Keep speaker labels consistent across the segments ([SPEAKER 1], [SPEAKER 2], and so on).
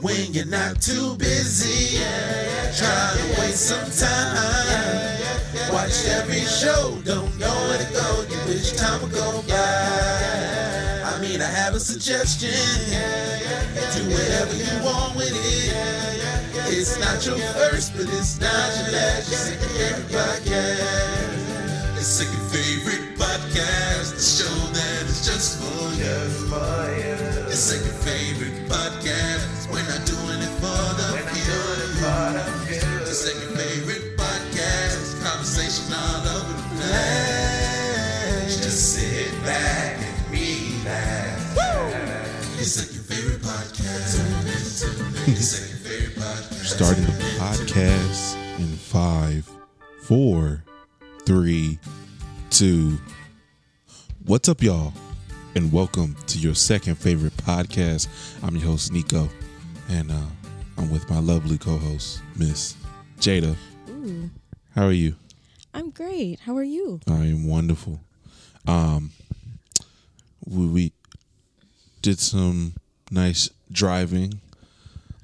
[SPEAKER 1] When you're not too busy, trying to waste some time. Watched every show, don't know where to go. You wish time would go by. I mean, I have a suggestion. Do whatever you want with it. It's not your first, but it's not your last. Your second favorite podcast. Your second favorite podcast. The show that is just for you. Your second favorite podcast. We're not doing it for the view. Your second favorite podcast. Conversation all over the place. Just sit back and relax. Your second favorite podcast. Your second favorite podcast.
[SPEAKER 2] starting the podcast in five, four, three, two. What's up, y'all? And welcome to your second favorite podcast. I'm your host, Nico, and uh, I'm with my lovely co host, Miss Jada. How are you?
[SPEAKER 3] I'm great. How are you?
[SPEAKER 2] I am wonderful. Um, we, we did some nice driving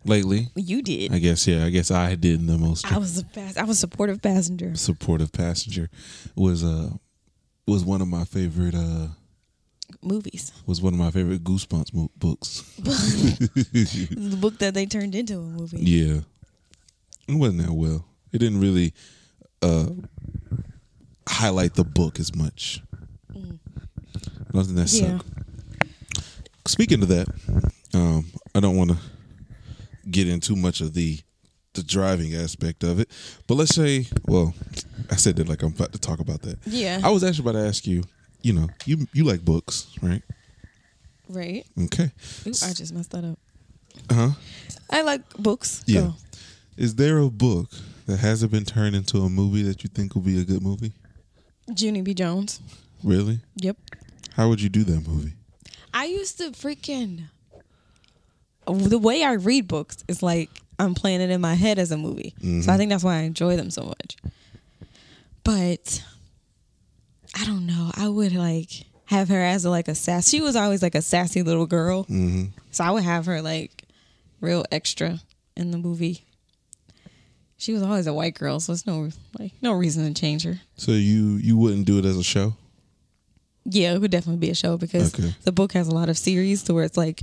[SPEAKER 2] lately.
[SPEAKER 3] You did.
[SPEAKER 2] I guess, yeah, I guess I did the most
[SPEAKER 3] I was a fast. I was supportive passenger.
[SPEAKER 2] supportive passenger was uh was one of my favorite uh
[SPEAKER 3] Movies,
[SPEAKER 2] was one of my favorite goosebumps mo- books
[SPEAKER 3] the book that they turned into a movie.
[SPEAKER 2] yeah it wasn't that well it didn't really uh highlight the book as much nothing that
[SPEAKER 3] Yeah.
[SPEAKER 2] sucked speaking of that um i don't want to get into much of the the driving aspect of it but let's say well i said that like i'm about to talk about that
[SPEAKER 3] Yeah.
[SPEAKER 2] i was actually about to ask you you know you you like books right
[SPEAKER 3] Right.
[SPEAKER 2] okay
[SPEAKER 3] Ooh, I just messed that up.
[SPEAKER 2] Uh-huh.
[SPEAKER 3] I like books.
[SPEAKER 2] Yeah.
[SPEAKER 3] Oh,
[SPEAKER 2] Is there a book that hasn't been turned into a movie that you think will be a good movie?
[SPEAKER 3] Oh, Junie B. Jones.
[SPEAKER 2] Really?
[SPEAKER 3] Yep.
[SPEAKER 2] How would you do that movie?
[SPEAKER 3] I used to freaking. The way I read books is like I'm playing it in my head as a movie. So I think that's why I enjoy them so much. But I don't know. I would like have her as like a sass. She was always like a sassy little girl. So I would have her like real extra in the movie. She was always a white girl, so it's no like no reason to change her.
[SPEAKER 2] So you you wouldn't do it as a show?
[SPEAKER 3] Yeah, it would definitely be a show because
[SPEAKER 2] Okay.
[SPEAKER 3] the book has a lot of series to where it's like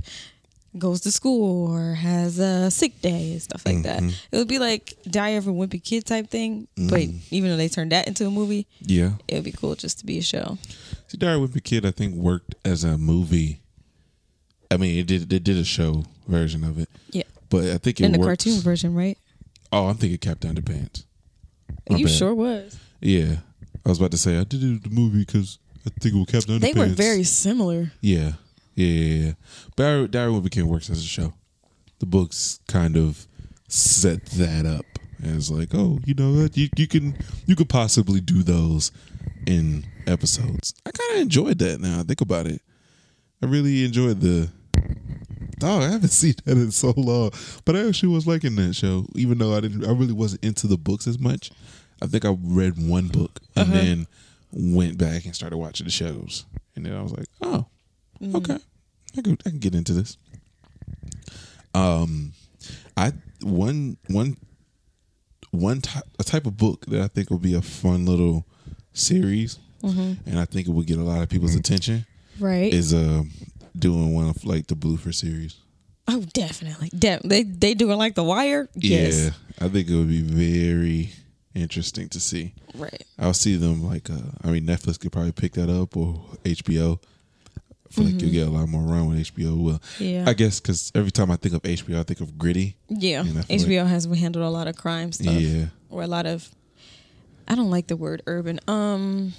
[SPEAKER 3] goes to school or has a sick day and stuff like
[SPEAKER 2] Mm-hmm.
[SPEAKER 3] that. It would be like Die of a Wimpy Kid type thing, but even though they turned that into a movie,
[SPEAKER 2] Yeah.
[SPEAKER 3] it would be cool just to be a show.
[SPEAKER 2] See, Diary with the Kid, I think worked as a movie. I mean, it did it did a show version of it,
[SPEAKER 3] Yeah,
[SPEAKER 2] but I think it
[SPEAKER 3] in the
[SPEAKER 2] works-
[SPEAKER 3] cartoon version, right?
[SPEAKER 2] Oh, I'm thinking Captain Underpants. My
[SPEAKER 3] you
[SPEAKER 2] bad.
[SPEAKER 3] sure was.
[SPEAKER 2] Yeah, I was about to say I did it the movie because I think it was Captain
[SPEAKER 3] They
[SPEAKER 2] Underpants.
[SPEAKER 3] were very similar.
[SPEAKER 2] Yeah, yeah, yeah. yeah. Diary, Diary with a Kid works as a show. The books kind of set that up as like, oh, you know what, you you can you could possibly do those in episodes. I kind of enjoyed that. Now I think about it, I really enjoyed the. Dog, I haven't seen that in so long, but I actually was liking that show. Even though I didn't, I really wasn't into the books as much. I think I read one book and then went back and started watching the shows, and then I was like, oh, okay, I can I can get into this. Um, I one one one ty- a type of book that I think would be a fun little series, and I think it would get a lot of people's attention
[SPEAKER 3] Right.
[SPEAKER 2] is um doing one of like the Bloofer series.
[SPEAKER 3] oh, definitely. De- they they do it like The Wire. Yes.
[SPEAKER 2] Yeah, I think it would be very interesting to see.
[SPEAKER 3] Right.
[SPEAKER 2] I'll see them like uh, I mean Netflix could probably pick that up or HBO. I feel like you'll get a lot more run with HBO. Well,
[SPEAKER 3] Mm-hmm. Yeah.
[SPEAKER 2] I guess because every time I think of HBO, I think of gritty.
[SPEAKER 3] Yeah.
[SPEAKER 2] And I feel
[SPEAKER 3] HBO has handled a lot of crime stuff.
[SPEAKER 2] Yeah,
[SPEAKER 3] or a lot of I don't like the word urban. Um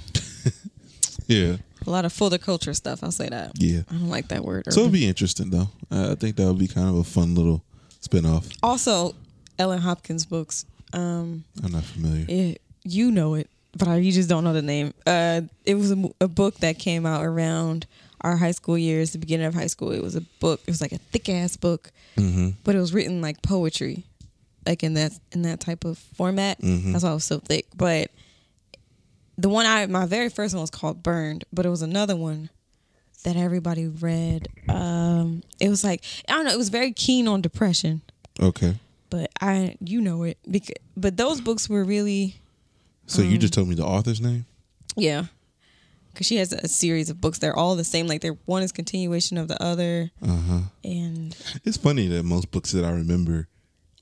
[SPEAKER 2] yeah,
[SPEAKER 3] a lot of full of culture stuff, I'll say that.
[SPEAKER 2] yeah.
[SPEAKER 3] I don't like that word urban.
[SPEAKER 2] So it'll be interesting though. I I think that would be kind of a fun little spinoff.
[SPEAKER 3] also Ellen Hopkins books. Um
[SPEAKER 2] I'm not familiar.
[SPEAKER 3] it, you know it, but I, you just don't know the name. Uh it was a, mo- a book that came out around our high school years, the beginning of high school. It was a book. It was like a thick ass book,
[SPEAKER 2] Mm-hmm.
[SPEAKER 3] but it was written like poetry. Like in that in that type of format.
[SPEAKER 2] Mhm.
[SPEAKER 3] That's why it was so thick. But the one I my very first one was called Burned, but it was another one that everybody read. Um, it was like I don't know. It was very keen on depression,
[SPEAKER 2] Okay.
[SPEAKER 3] but I you know it because but those books were really
[SPEAKER 2] So you
[SPEAKER 3] Um,
[SPEAKER 2] just told me the author's name?
[SPEAKER 3] yeah. Cause she has a series of books. They're all the same. Like they're one is continuation of the other. And
[SPEAKER 2] It's funny that most books that I remember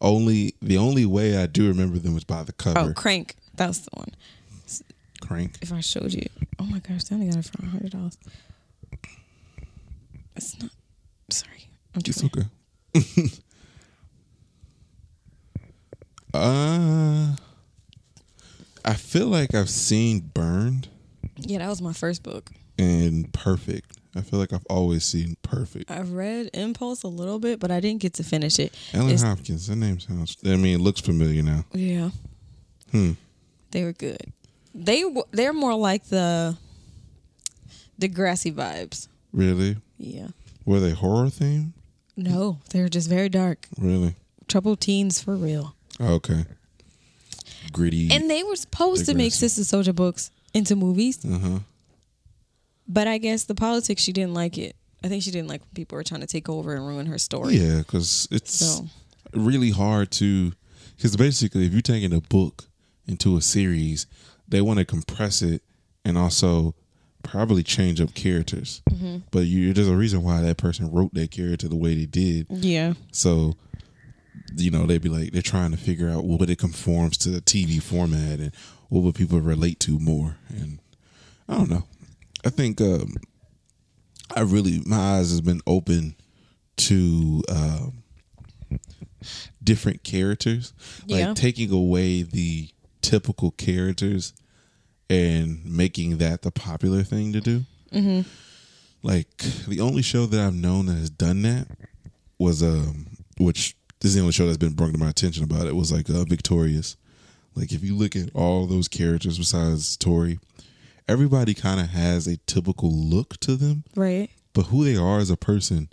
[SPEAKER 2] only the only way I do remember them was by the
[SPEAKER 3] oh,
[SPEAKER 2] cover.
[SPEAKER 3] Crank. That's the one.
[SPEAKER 2] Crank.
[SPEAKER 3] If I showed you, oh my gosh, they only got it for hundred dollars. It's not. Sorry, I'm
[SPEAKER 2] It's
[SPEAKER 3] just.
[SPEAKER 2] okay. uh I feel like I've seen Burned
[SPEAKER 3] Yeah, that was my first book.
[SPEAKER 2] and Perfect. I feel like I've always seen Perfect.
[SPEAKER 3] I read Impulse a little bit, but I didn't get to finish it.
[SPEAKER 2] Ellen
[SPEAKER 3] It's-
[SPEAKER 2] Hopkins, that name sounds I mean it looks familiar now.
[SPEAKER 3] Yeah.
[SPEAKER 2] Hmm.
[SPEAKER 3] They were good. They w- they're more like the the grassy vibes.
[SPEAKER 2] Really?
[SPEAKER 3] Yeah.
[SPEAKER 2] Were they horror themed?
[SPEAKER 3] No, they're just very dark.
[SPEAKER 2] Really?
[SPEAKER 3] Trouble teens for real.
[SPEAKER 2] Okay. Gritty.
[SPEAKER 3] And they were supposed
[SPEAKER 2] They're
[SPEAKER 3] to make
[SPEAKER 2] grassy.
[SPEAKER 3] Sister Soldier books into movies,
[SPEAKER 2] uh huh.
[SPEAKER 3] but I guess the politics she didn't like it. I think she didn't like when people were trying to take over and ruin her story.
[SPEAKER 2] Yeah, because it's
[SPEAKER 3] So
[SPEAKER 2] really hard to. Because basically, if you're taking a book into a series, they want to compress it and also probably change up characters.
[SPEAKER 3] Mm-hmm.
[SPEAKER 2] But you, there's a reason why that person wrote that character the way they did.
[SPEAKER 3] yeah,
[SPEAKER 2] So, you know, they'd be like, they're trying to figure out what it conforms to the TV format and what would people relate to more. And I don't know. I think um, I really, my eyes has been open to um, different characters,
[SPEAKER 3] Yeah.
[SPEAKER 2] like taking away the typical characters and making that the popular thing to do. Like the only show that I've known that has done that was um which this is the only show that's been brought to my attention about it was like uh, Victorious. Like if you look at all those characters besides Tori, everybody kind of has a typical look to them,
[SPEAKER 3] right.
[SPEAKER 2] but who they are as a person,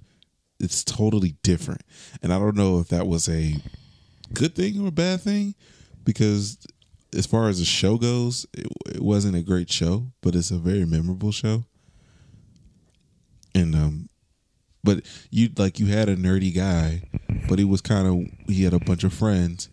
[SPEAKER 2] it's totally different. And I don't know if that was a good thing or a bad thing because as far as the show goes, it, it wasn't a great show, but it's a very memorable show. And um but you like you had a nerdy guy, but he was kind of he had a bunch of friends.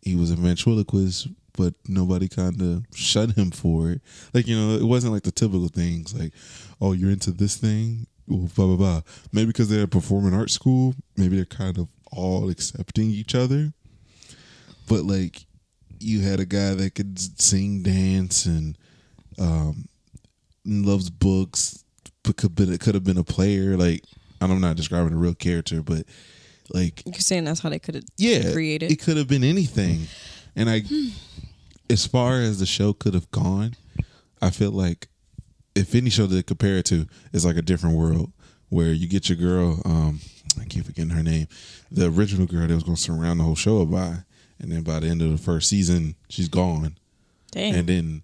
[SPEAKER 2] He was a ventriloquist, but nobody kind of shut him for it. Like you know, it wasn't like the typical things like, oh, you're into this thing, well, blah blah blah. Maybe because they're at performing arts school, maybe they're kind of all accepting each other. But like, you had a guy that could s- sing, dance, and um, and loves books, but could been could have been a player. Like and I'm not describing a real character, but like
[SPEAKER 3] You're saying that's how they could have
[SPEAKER 2] yeah,
[SPEAKER 3] created.
[SPEAKER 2] It could have been anything, and I, as far as the show could have gone, I feel like if any show to compare it to is like a different world where you get your girl, um, I keep forgetting her name, the original girl that was going to surround the whole show by, and then by the end of the first season, she's gone.
[SPEAKER 3] Dang.
[SPEAKER 2] And then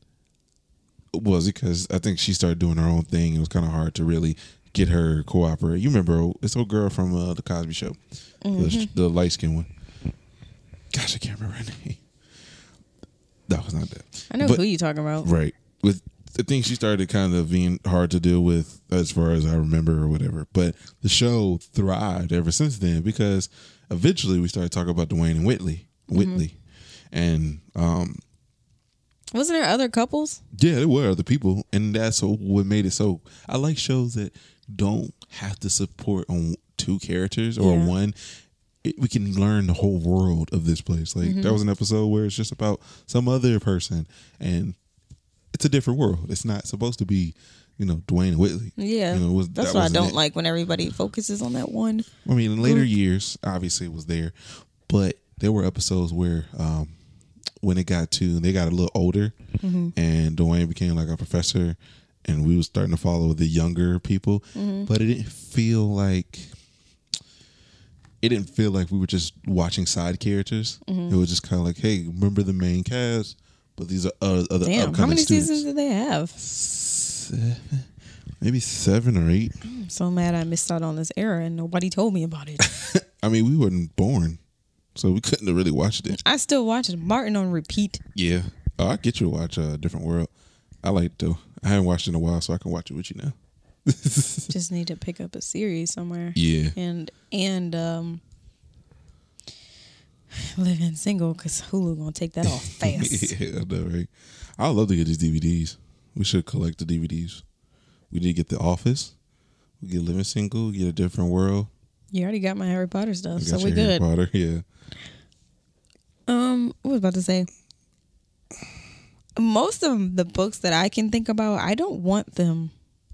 [SPEAKER 2] was because I think she started doing her own thing. It was kind of hard to really get her cooperate. You remember it's old girl from uh, the Cosby Show, the,
[SPEAKER 3] Mm-hmm.
[SPEAKER 2] the light skinned one. Gosh, I can't remember her name. That was not that.
[SPEAKER 3] I know
[SPEAKER 2] But-
[SPEAKER 3] who you're talking about.
[SPEAKER 2] Right. With I think she started kind of being hard to deal with as far as I remember or whatever. But the show thrived ever since then because eventually we started talking about Dwayne and Whitley. Whitley.
[SPEAKER 3] Mm-hmm.
[SPEAKER 2] And um
[SPEAKER 3] Wasn't there other couples?
[SPEAKER 2] yeah, there were other people, and that's what made it so. I like shows that don't have to support on two characters or
[SPEAKER 3] Yeah.
[SPEAKER 2] one. It, we can learn the whole world of this place. Like
[SPEAKER 3] Mm-hmm.
[SPEAKER 2] there was an episode where it's just about some other person, and it's a different world. It's not supposed to be, you know, Dwayne and Whitley.
[SPEAKER 3] Yeah,
[SPEAKER 2] you know, it was-
[SPEAKER 3] that's
[SPEAKER 2] that
[SPEAKER 3] what I
[SPEAKER 2] wasn't
[SPEAKER 3] don't
[SPEAKER 2] it.
[SPEAKER 3] like when everybody focuses on that one.
[SPEAKER 2] I mean, in
[SPEAKER 3] Mm.
[SPEAKER 2] later years, obviously, it was there, but there were episodes where, um, when it got to they got a little older,
[SPEAKER 3] Mm-hmm.
[SPEAKER 2] and Dwayne became like a professor, and we was starting to follow the younger people,
[SPEAKER 3] Mm-hmm.
[SPEAKER 2] but it didn't feel like it didn't feel like we were just watching side characters.
[SPEAKER 3] Mm-hmm.
[SPEAKER 2] It was just kind of like, hey, remember the main cast, but these are other, other
[SPEAKER 3] Damn,
[SPEAKER 2] upcoming
[SPEAKER 3] how many
[SPEAKER 2] students.
[SPEAKER 3] seasons did they have?
[SPEAKER 2] Seven, maybe seven or eight.
[SPEAKER 3] I'm so mad I missed out on this era and nobody told me about it.
[SPEAKER 2] I mean, we weren't born, so we couldn't have really watched it.
[SPEAKER 3] I still watch it. Martin on repeat.
[SPEAKER 2] Yeah. Oh, I get you to watch uh, Different World. I like it, though. I haven't watched it in a while, so I can watch it with you now.
[SPEAKER 3] Just need to pick up a series somewhere.
[SPEAKER 2] Yeah.
[SPEAKER 3] And and um, living single because Hulu gonna take that off fast.
[SPEAKER 2] yeah, I know, right? I'd love to get these DVDs. We should collect the DVDs. We need to get The Office. We get Living Single. Get A Different World.
[SPEAKER 3] you already got my Harry Potter stuff,
[SPEAKER 2] We
[SPEAKER 3] so
[SPEAKER 2] got
[SPEAKER 3] we
[SPEAKER 2] your Harry
[SPEAKER 3] good.
[SPEAKER 2] Potter. Yeah.
[SPEAKER 3] Um, what was I about to say? Most of the books that I can think about, I don't want them.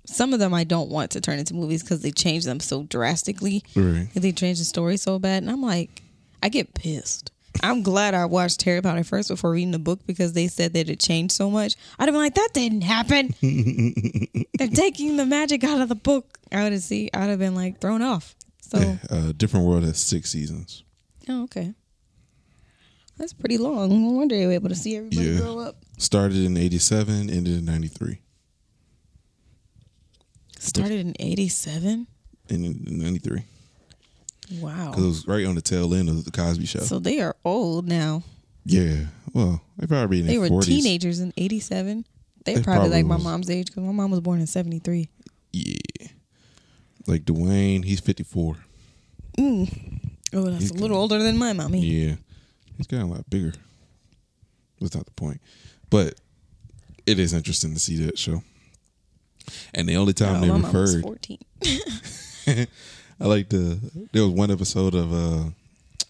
[SPEAKER 3] Some of them I don't want to turn into movies because they change them so drastically.
[SPEAKER 2] Right.
[SPEAKER 3] They change the story so bad, and I'm like, I get pissed. I'm glad I watched Harry Potter first before reading the book because they said that it changed so much. I'd have been like, that didn't happen. They're taking the magic out of the book. I would have see. I'd have been like thrown off. So,
[SPEAKER 2] Yeah, uh, Different World has six seasons.
[SPEAKER 3] oh okay, that's pretty long. No wonder you were able to see everybody
[SPEAKER 2] Yeah.
[SPEAKER 3] grow up.
[SPEAKER 2] Started in 87, ended in 93.
[SPEAKER 3] Started in '87.
[SPEAKER 2] And in 93.
[SPEAKER 3] Wow.
[SPEAKER 2] Because it was right on the tail end of The Cosby Show.
[SPEAKER 3] Oh. So they are old now.
[SPEAKER 2] yeah. Well, they probably in
[SPEAKER 3] They
[SPEAKER 2] their
[SPEAKER 3] were
[SPEAKER 2] 40s.
[SPEAKER 3] teenagers in '87. They're
[SPEAKER 2] They
[SPEAKER 3] probably,
[SPEAKER 2] probably
[SPEAKER 3] like my
[SPEAKER 2] was.
[SPEAKER 3] mom's age because my mom was born in '73.
[SPEAKER 2] Yeah. Like Dwayne, he's 54.
[SPEAKER 3] Oh, that's
[SPEAKER 2] He's
[SPEAKER 3] a little older than my mommy.
[SPEAKER 2] Yeah. He's gotten a lot bigger. That's not the point. But it is interesting to see that show. And the only time
[SPEAKER 3] Oh,
[SPEAKER 2] they
[SPEAKER 3] my mom was
[SPEAKER 2] referred,
[SPEAKER 3] 14.
[SPEAKER 2] I like the, there was one episode of uh,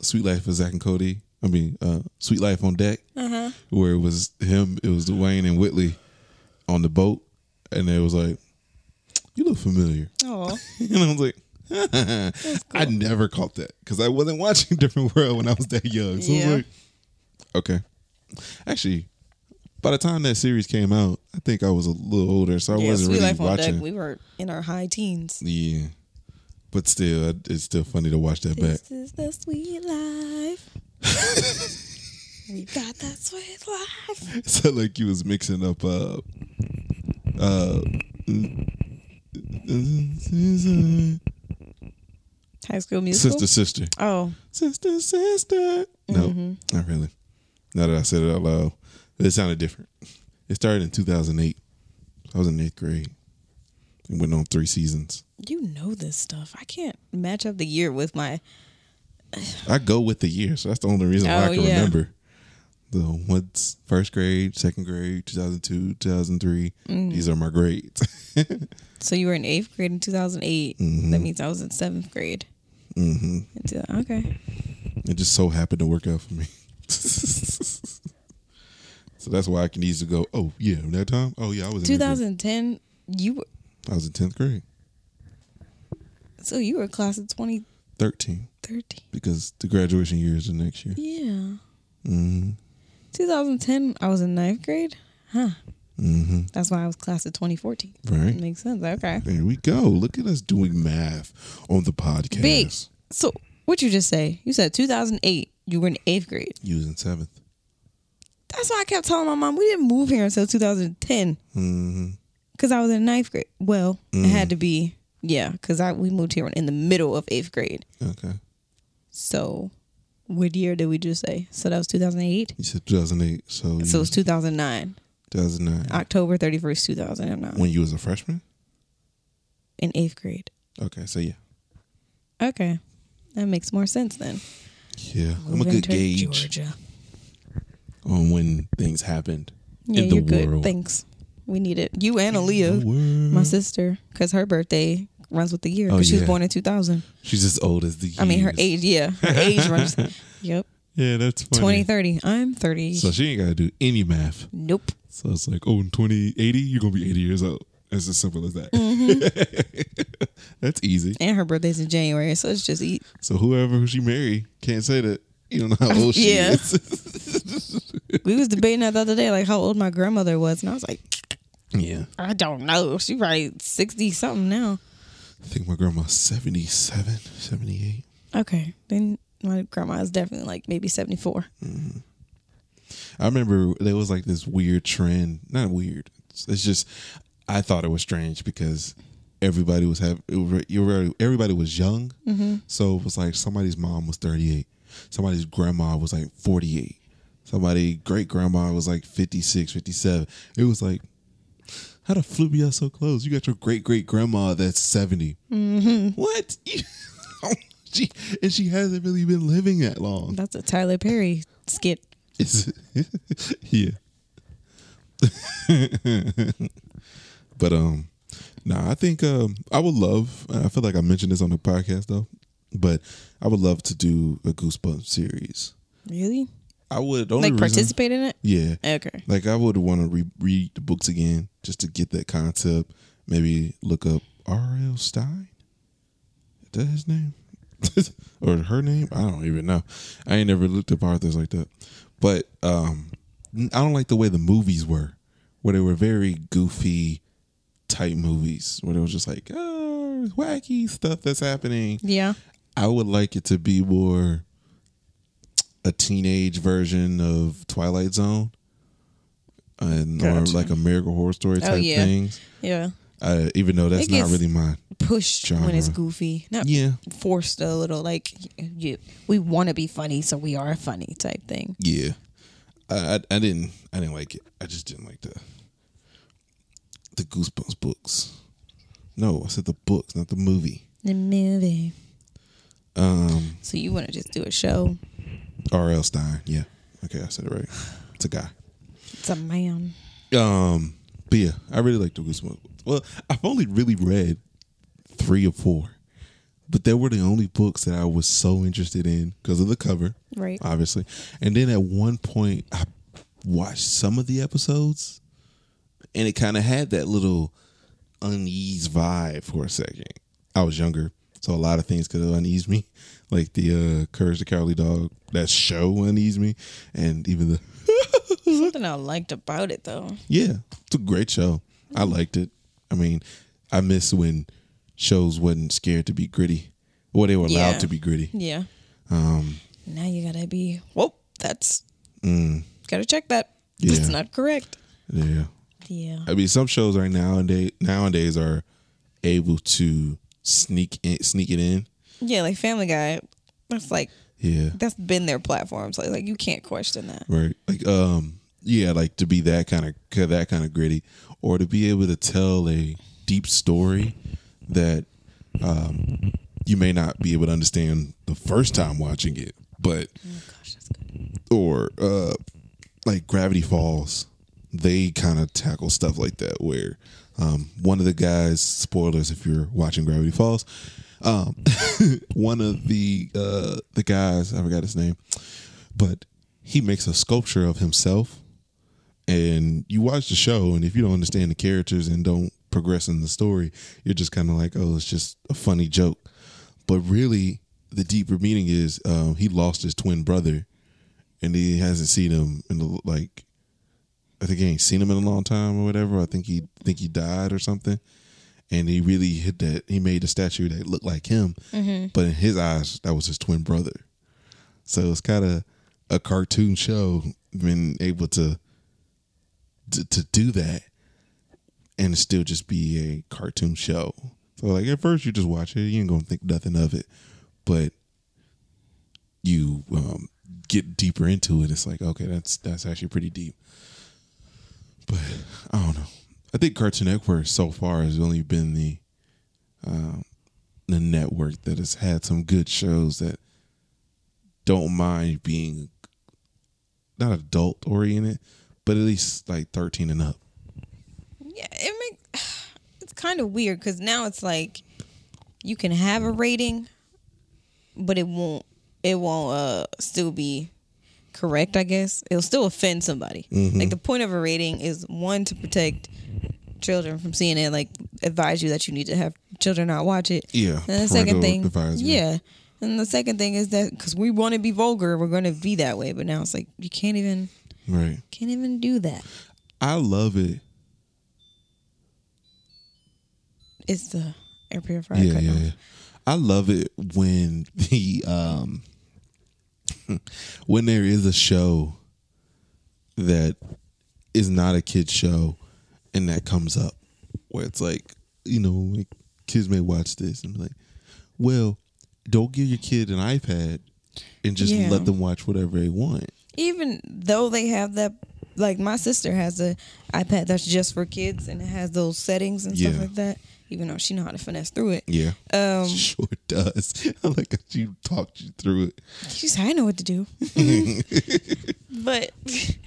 [SPEAKER 2] Sweet Life of Zach and Cody. I mean, uh, Sweet Life on Deck, where it was him, it was Dwayne and Whitley on the boat. And it was like, you look familiar.
[SPEAKER 3] Oh,
[SPEAKER 2] And I was like, I never caught that because I wasn't watching Different World when I was that young. So I
[SPEAKER 3] Yeah.
[SPEAKER 2] was like, okay. Actually, by the time that series came out, I think I was a little older, so I
[SPEAKER 3] yeah.
[SPEAKER 2] wasn't
[SPEAKER 3] Sweet
[SPEAKER 2] really
[SPEAKER 3] Life on
[SPEAKER 2] watching.
[SPEAKER 3] Deck. We were in our high teens.
[SPEAKER 2] yeah. But still, I- it's still funny to watch that back.
[SPEAKER 3] This is the sweet life. we got that sweet life.
[SPEAKER 2] It's not like you was mixing up. uh uh
[SPEAKER 3] High School Musical.
[SPEAKER 2] Sister, sister.
[SPEAKER 3] Oh,
[SPEAKER 2] Sister, sister. No,
[SPEAKER 3] Mm-hmm.
[SPEAKER 2] not really. Now that I said it out loud, it sounded different. It started in 2008. I was in eighth grade. It went on three seasons.
[SPEAKER 3] you know this stuff. I can't match up the year with my.
[SPEAKER 2] I go with the year, so that's the only reason why I
[SPEAKER 3] Oh,
[SPEAKER 2] can
[SPEAKER 3] yeah.
[SPEAKER 2] remember. The ones first grade, second grade, 2002, 2003.
[SPEAKER 3] Mm.
[SPEAKER 2] These are my grades.
[SPEAKER 3] So you were in eighth grade in 2008.
[SPEAKER 2] Mm-hmm.
[SPEAKER 3] That means I was in seventh grade. Mm-hmm. Okay.
[SPEAKER 2] It just so happened to work out for me. so that's why I can easily go, oh, yeah, that time? Oh, yeah, I was in eighth grade.
[SPEAKER 3] 2010. You were,
[SPEAKER 2] I was in 10th grade,
[SPEAKER 3] so you were class of 2013.
[SPEAKER 2] 13. because the graduation year is the next year. Mm-hmm.
[SPEAKER 3] Yeah. 2010, I was in ninth grade. Huh.
[SPEAKER 2] Mm-hmm.
[SPEAKER 3] That's why I was class of 2014.
[SPEAKER 2] Right.
[SPEAKER 3] Makes sense. Okay.
[SPEAKER 2] There we go. Look at us doing math on the podcast.
[SPEAKER 3] Big. So what you just say? You said 2008. You were in eighth grade.
[SPEAKER 2] You was in seventh.
[SPEAKER 3] That's why I kept telling my mom we didn't move here until 2010
[SPEAKER 2] Mm-hmm.
[SPEAKER 3] because I was in ninth grade. Well, it had
[SPEAKER 2] Mm.
[SPEAKER 3] to be yeah because I we moved here in the middle of eighth grade.
[SPEAKER 2] Okay.
[SPEAKER 3] So what year did we just say? So that was 2008.
[SPEAKER 2] You said 2008, so, you
[SPEAKER 3] So it
[SPEAKER 2] was
[SPEAKER 3] was 2009,
[SPEAKER 2] 2009
[SPEAKER 3] October 31st, 2009,
[SPEAKER 2] when you was a freshman.
[SPEAKER 3] in eighth grade.
[SPEAKER 2] Okay, so yeah,
[SPEAKER 3] Okay. That makes more sense then.
[SPEAKER 2] yeah, I'm a
[SPEAKER 3] Moving
[SPEAKER 2] good
[SPEAKER 3] to
[SPEAKER 2] gauge
[SPEAKER 3] Georgia.
[SPEAKER 2] on when things happened
[SPEAKER 3] Yeah,
[SPEAKER 2] in the
[SPEAKER 3] you're good.
[SPEAKER 2] world.
[SPEAKER 3] Thanks. We need it. You and
[SPEAKER 2] The
[SPEAKER 3] Aaliyah,
[SPEAKER 2] world.
[SPEAKER 3] my sister, because her birthday runs with the year.
[SPEAKER 2] Oh,
[SPEAKER 3] Because she was
[SPEAKER 2] yeah.
[SPEAKER 3] born in 2000.
[SPEAKER 2] She's as old as the. Years.
[SPEAKER 3] I mean, her age, yeah. Her age runs. Yep.
[SPEAKER 2] Yeah, that's funny.
[SPEAKER 3] 2030. I'm 30.
[SPEAKER 2] So she ain't got to do any math.
[SPEAKER 3] nope.
[SPEAKER 2] So it's like, oh, in 2080, you're gonna be 80 years old. It's as simple as that. that's easy.
[SPEAKER 3] And her birthday's in January, so it's just e-, eat.
[SPEAKER 2] So whoever who she marry can't say that. You don't know how old she
[SPEAKER 3] Yeah.
[SPEAKER 2] is.
[SPEAKER 3] We was debating that the other day, like how old my grandmother was, and I was like,
[SPEAKER 2] yeah.
[SPEAKER 3] I don't know. She probably 60 something now.
[SPEAKER 2] I think my grandma's 77, 78.
[SPEAKER 3] Okay. Then my grandma is definitely like maybe 74.
[SPEAKER 2] I remember there was like this weird trend. Not weird. It's, it's just I thought it was strange because everybody was having you were everybody was young. So it was like somebody's mom was 38. Somebody's grandma was like 48. Somebody great grandma was like 56, 57. It was like How the flu be out so close? You got your great great grandma that's 70. What? she, and she hasn't really been living that long.
[SPEAKER 3] That's a Tyler Perry skit.
[SPEAKER 2] Is yeah. but um nah, I think um I would love I feel like I mentioned this on the podcast though, but I would love to do a goosebump series.
[SPEAKER 3] Really?
[SPEAKER 2] I would the only
[SPEAKER 3] Like
[SPEAKER 2] reason-
[SPEAKER 3] participate in it?
[SPEAKER 2] Yeah.
[SPEAKER 3] Okay.
[SPEAKER 2] Like I would want to re- read the books again just to get that concept. Maybe look up R.L. Stein. Is that his name or her name? I don't even know. I ain't never looked up authors like that. But um, I don't like the way the movies were, where they were very goofy type movies, where they was just like oh, wacky stuff that's happening.
[SPEAKER 3] Yeah.
[SPEAKER 2] I would like it to be more a teenage version of Twilight Zone, and
[SPEAKER 3] Gotcha. Oh,
[SPEAKER 2] or like a Miracle Horror Story type
[SPEAKER 3] yeah.
[SPEAKER 2] things.
[SPEAKER 3] Yeah.
[SPEAKER 2] Uh, even though that's
[SPEAKER 3] It
[SPEAKER 2] not
[SPEAKER 3] gets-
[SPEAKER 2] really mine.
[SPEAKER 3] Pushed when it's
[SPEAKER 2] Genre.
[SPEAKER 3] goofy. Not
[SPEAKER 2] Yeah,
[SPEAKER 3] forced a little like you, we want to be funny, so we are funny type thing.
[SPEAKER 2] yeah. I, I I didn't I didn't like it. I just didn't like the the Goosebumps books. No, I said the books, not the movie.
[SPEAKER 3] The movie.
[SPEAKER 2] Um,
[SPEAKER 3] So you want to just do a show?
[SPEAKER 2] R.L. Stein. Yeah. Okay, I said it right. It's a guy.
[SPEAKER 3] It's a man.
[SPEAKER 2] Um, but yeah, I really like the Goosebumps. Well, I've only really read three or four, but they were the only books that I was so interested in because of the cover,
[SPEAKER 3] Right.
[SPEAKER 2] obviously. And then at one point, I watched some of the episodes, and it kind of had that little unease vibe for a second. I was younger, so a lot of things could have uneased me, like the uh, Courage the Cowardly Dog. That show uneased me, and even the
[SPEAKER 3] Something I liked about it though.
[SPEAKER 2] yeah, it's a great show. I liked it. I mean, I miss when shows wasn't scared to be gritty, or they were allowed
[SPEAKER 3] Yeah.
[SPEAKER 2] to be gritty.
[SPEAKER 3] Yeah. Um. Now you gotta be. Whoa, that's. Gotta check that.
[SPEAKER 2] mm. Yeah.
[SPEAKER 3] That's not correct.
[SPEAKER 2] Yeah,
[SPEAKER 3] Yeah.
[SPEAKER 2] I mean, some shows are nowadays nowadays are able to sneak in, sneak it in.
[SPEAKER 3] Yeah, like Family Guy. That's like
[SPEAKER 2] Yeah,
[SPEAKER 3] that's been their platform. So like you can't question that.
[SPEAKER 2] right. Like, um, yeah, like to be that kind of that kind of gritty, or to be able to tell a deep story that um, you may not be able to understand the first time watching it, but
[SPEAKER 3] Gosh, that's good.
[SPEAKER 2] or uh like Gravity Falls, they kind of tackle stuff like that where um one of the guys spoilers if you're watching Gravity Falls, um one of the uh the guys, I forgot his name, but he makes a sculpture of himself and you watch the show and if you don't understand the characters and don't progress in the story you're just kind of like oh it's just a funny joke but really the deeper meaning is um, he lost his twin brother and he hasn't seen him in the, like i think he ain't seen him in a long time or whatever i think he think he died or something and he really hit that he made a statue that looked like him but in his eyes that was his twin brother so it's kind of a cartoon show being able to to, to do that and still just be a cartoon show. So like at first you just watch it, you ain't gonna think nothing of it, but you um, get deeper into it. It's like okay, that's that's actually pretty deep. But I don't know. I think Cartoon Network so far has only been the um, the network that has had some good shows that don't mind being not adult oriented, but at least like thirteen and up.
[SPEAKER 3] Yeah, it makes it's kind of weird because now it's like you can have a rating, but it won't it won't uh still be correct. I guess it'll still offend somebody.
[SPEAKER 2] Mm-hmm.
[SPEAKER 3] Like the point of a rating is one to protect children from seeing it. Like advise you that you need to have children not watch it.
[SPEAKER 2] Yeah,
[SPEAKER 3] And the second
[SPEAKER 2] parental
[SPEAKER 3] thing,
[SPEAKER 2] advisory.
[SPEAKER 3] yeah. And the second thing is that because we want to be vulgar, we're going to be that way. But now it's like you can't even
[SPEAKER 2] Right.
[SPEAKER 3] can't even do that.
[SPEAKER 2] I love it.
[SPEAKER 3] It's the air purifier.
[SPEAKER 2] Yeah,
[SPEAKER 3] cut
[SPEAKER 2] yeah,
[SPEAKER 3] off.
[SPEAKER 2] yeah. I love it when the um when there is a show that is not a kid show and that comes up where it's like, you know, like kids may watch this and be like, well, don't give your kid an iPad and just
[SPEAKER 3] Yeah.
[SPEAKER 2] let them watch whatever they want.
[SPEAKER 3] even though they have that like my sister has a iPad that's just for kids and it has those settings and stuff
[SPEAKER 2] Yeah.
[SPEAKER 3] like that. Even though she know how to finesse through it.
[SPEAKER 2] Yeah.
[SPEAKER 3] Um,
[SPEAKER 2] sure does. I like how you talked you through it.
[SPEAKER 3] she's I know what to do. but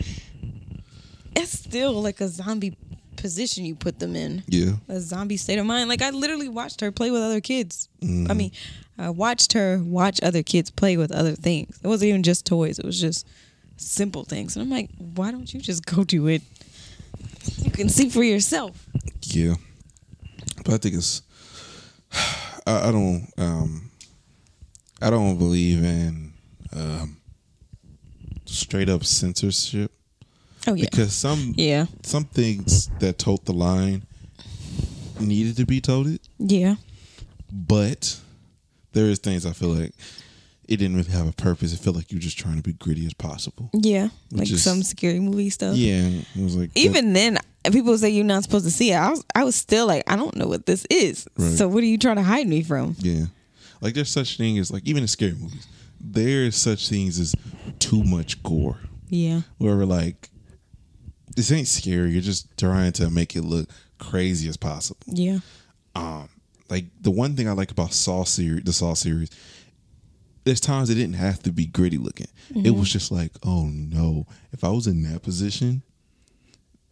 [SPEAKER 3] it's still like a zombie position you put them in.
[SPEAKER 2] Yeah.
[SPEAKER 3] a zombie state of mind. Like I literally watched her play with other kids.
[SPEAKER 2] Mm.
[SPEAKER 3] I mean, I watched her watch other kids play with other things. It wasn't even just toys. It was just simple things. And I'm like, why don't you just go do it? You can see for yourself.
[SPEAKER 2] Yeah. But I think it's I, I don't um I don't believe in um straight up censorship.
[SPEAKER 3] Oh yeah.
[SPEAKER 2] Because some
[SPEAKER 3] yeah.
[SPEAKER 2] some things that told the line needed to be told it,
[SPEAKER 3] Yeah.
[SPEAKER 2] but there is things I feel like it didn't really have a purpose. It felt like you're just trying to be gritty as possible.
[SPEAKER 3] Yeah.
[SPEAKER 2] Which
[SPEAKER 3] Like
[SPEAKER 2] is-
[SPEAKER 3] some scary movie stuff.
[SPEAKER 2] Yeah, it was like that-
[SPEAKER 3] Even then, people say you're not supposed to see it. I was, I was still like, I don't know what this is.
[SPEAKER 2] Right.
[SPEAKER 3] So what are you trying to hide me from?
[SPEAKER 2] Yeah. Like there's such thing as like even in scary movies, there's such things as too much gore.
[SPEAKER 3] Yeah.
[SPEAKER 2] Where we're like, this ain't scary. You're just trying to make it look crazy as possible.
[SPEAKER 3] Yeah.
[SPEAKER 2] Like the one thing I like about Saw series, the Saw series, there's times it didn't have to be gritty looking. It
[SPEAKER 3] Mm-hmm.
[SPEAKER 2] was just like, oh no, if I was in that position,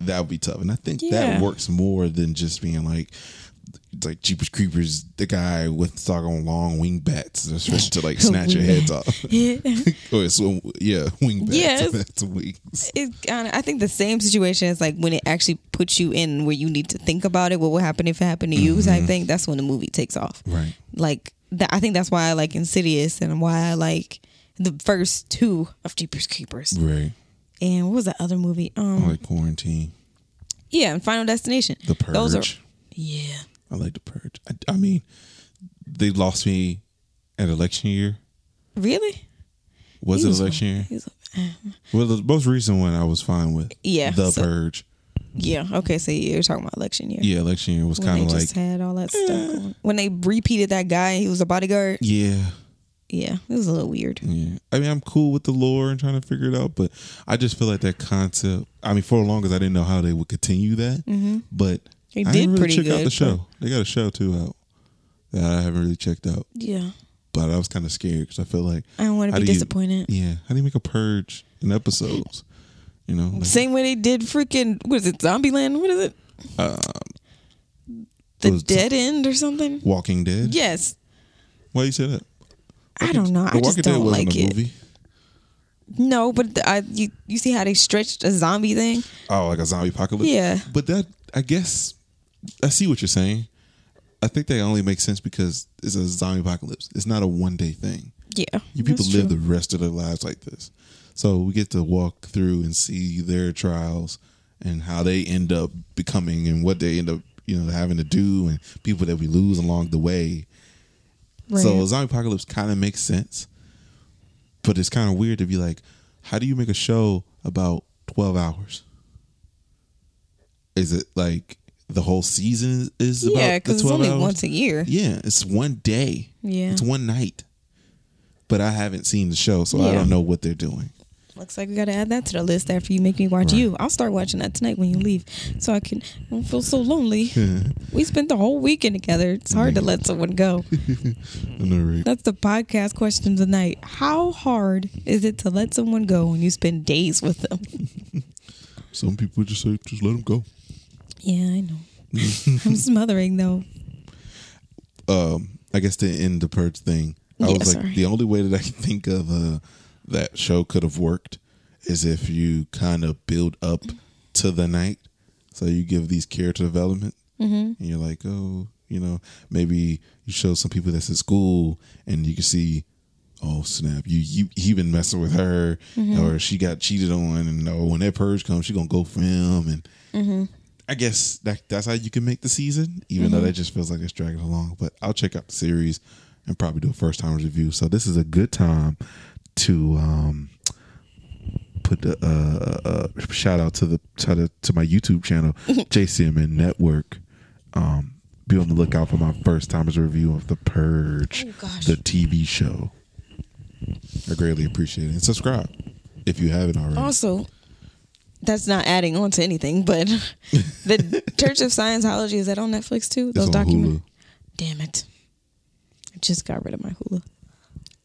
[SPEAKER 2] that would be tough. And I think
[SPEAKER 3] Yeah.
[SPEAKER 2] that works more than just being like, it's like Jeepers Creepers, the guy with stock on long wing bats, that's supposed to like snatch your heads off.
[SPEAKER 3] Yeah.
[SPEAKER 2] or it's, yeah, wing bats.
[SPEAKER 3] Yes. Eh.
[SPEAKER 2] That's wings.
[SPEAKER 3] it kind of, I think the same situation is like when it actually puts you in where you need to think about it. What would happen if it happened to you? Type thing. That's when the movie takes off.
[SPEAKER 2] Mm-hmm. Right.
[SPEAKER 3] Like that. I think that's why I like Insidious and why I like the first two of Jeepers Creepers.
[SPEAKER 2] Right.
[SPEAKER 3] And what was that other movie? Um.
[SPEAKER 2] I like quarantine.
[SPEAKER 3] yeah, and Final Destination.
[SPEAKER 2] The purge.
[SPEAKER 3] Those are. Yeah.
[SPEAKER 2] I like the purge. I, I mean, they lost me at election year.
[SPEAKER 3] Really.
[SPEAKER 2] Was
[SPEAKER 3] He
[SPEAKER 2] it
[SPEAKER 3] was
[SPEAKER 2] election year?
[SPEAKER 3] He's like, eh.
[SPEAKER 2] Well, the most recent one I was fine with.
[SPEAKER 3] Yeah,
[SPEAKER 2] The
[SPEAKER 3] so-
[SPEAKER 2] purge.
[SPEAKER 3] Yeah. Okay. So you're talking about election year.
[SPEAKER 2] Yeah, election year was
[SPEAKER 3] When
[SPEAKER 2] kind
[SPEAKER 3] they
[SPEAKER 2] of like
[SPEAKER 3] just had all that stuff. Going. When they repeated that guy, he was a bodyguard.
[SPEAKER 2] yeah. Mm.
[SPEAKER 3] Yeah, it was a little weird.
[SPEAKER 2] Yeah. I mean, I'm cool with the lore and trying to figure it out, but I just feel like that concept. I mean, for the longest, I didn't know how they would continue that, but
[SPEAKER 3] Mm-hmm. They
[SPEAKER 2] I
[SPEAKER 3] did
[SPEAKER 2] didn't really
[SPEAKER 3] pretty
[SPEAKER 2] check out
[SPEAKER 3] good,
[SPEAKER 2] the show. They got a show too out that I haven't really checked out,
[SPEAKER 3] Yeah.
[SPEAKER 2] but I was kind of scared because I feel like
[SPEAKER 3] I don't want
[SPEAKER 2] How
[SPEAKER 3] to be
[SPEAKER 2] do you-
[SPEAKER 3] disappointed.
[SPEAKER 2] yeah, how do you make a purge in episodes? You know, like,
[SPEAKER 3] Same way they did freaking what is it, Zombieland? What is it? the
[SPEAKER 2] Uh, was-
[SPEAKER 3] Dead End or something?
[SPEAKER 2] Walking Dead.
[SPEAKER 3] Yes.
[SPEAKER 2] Why you say that?
[SPEAKER 3] I don't know.
[SPEAKER 2] The
[SPEAKER 3] I just
[SPEAKER 2] Walking Dead
[SPEAKER 3] don't
[SPEAKER 2] wasn't
[SPEAKER 3] like
[SPEAKER 2] a
[SPEAKER 3] it.
[SPEAKER 2] movie.
[SPEAKER 3] No, but the- I you you see how they stretched a zombie thing?
[SPEAKER 2] Oh, like a zombie apocalypse.
[SPEAKER 3] Yeah.
[SPEAKER 2] But that, I guess, I see what you're saying. I think that only makes sense because it's a zombie apocalypse. It's not a one day thing.
[SPEAKER 3] Yeah.
[SPEAKER 2] You people
[SPEAKER 3] that's
[SPEAKER 2] live
[SPEAKER 3] true.
[SPEAKER 2] the rest of their lives like this. So we get to walk through and see their trials and how they end up becoming and what they end up, you know, having to do and people that we lose along the way. So
[SPEAKER 3] Right.
[SPEAKER 2] a zombie apocalypse kind of makes sense, but it's kind of weird to be like, how do you make a show about twelve hours? Is it like the whole season is about
[SPEAKER 3] yeah,
[SPEAKER 2] because
[SPEAKER 3] because it's only once a year.
[SPEAKER 2] Yeah, it's one day.
[SPEAKER 3] Yeah.
[SPEAKER 2] it's one night. But I haven't seen the show, so I
[SPEAKER 3] Yeah.
[SPEAKER 2] don't know what they're doing.
[SPEAKER 3] Looks like we gotta add that to the list after you make me watch you. I'll start watching that tonight when you leave, so I can I don't feel so lonely. we spent the whole weekend together. It's hard to let someone go.
[SPEAKER 2] I know, right?
[SPEAKER 3] That's the podcast question tonight. How hard is it to let someone go when you spend days with them?
[SPEAKER 2] Some people just say, just let them go.
[SPEAKER 3] Yeah, I know. I'm smothering though.
[SPEAKER 2] um, I guess to end the purge thing, I
[SPEAKER 3] Yeah,
[SPEAKER 2] was like,
[SPEAKER 3] sorry.
[SPEAKER 2] the only way that I can think of uh, that show could have worked is if you kind of build up to the night. So you give these character development,
[SPEAKER 3] Mm-hmm.
[SPEAKER 2] and you're like, oh, you know, maybe you show some people that's at school, and you can see, oh snap, you you he been messing with her,
[SPEAKER 3] Mm-hmm.
[SPEAKER 2] or she got cheated on, and oh, when that purge comes, she gonna go for him, and I guess that that's how you can make the season, even
[SPEAKER 3] Mm-hmm.
[SPEAKER 2] though that just feels like it's dragging along. But I'll check out the series and probably do a first time review. So this is a good time to um, put the uh, uh, uh, shout out to the to, the, to my YouTube channel JCMN Network. Um, be on the lookout for my first timers review of The Purge,
[SPEAKER 3] Oh, gosh.
[SPEAKER 2] the TV show. I greatly appreciate it and subscribe if you haven't already.
[SPEAKER 3] Also, that's not adding on to anything, but the Church of Scientology is that on Netflix too?
[SPEAKER 2] It's
[SPEAKER 3] Those
[SPEAKER 2] on
[SPEAKER 3] documents.
[SPEAKER 2] Hulu.
[SPEAKER 3] Damn it! I just got rid of my Hulu.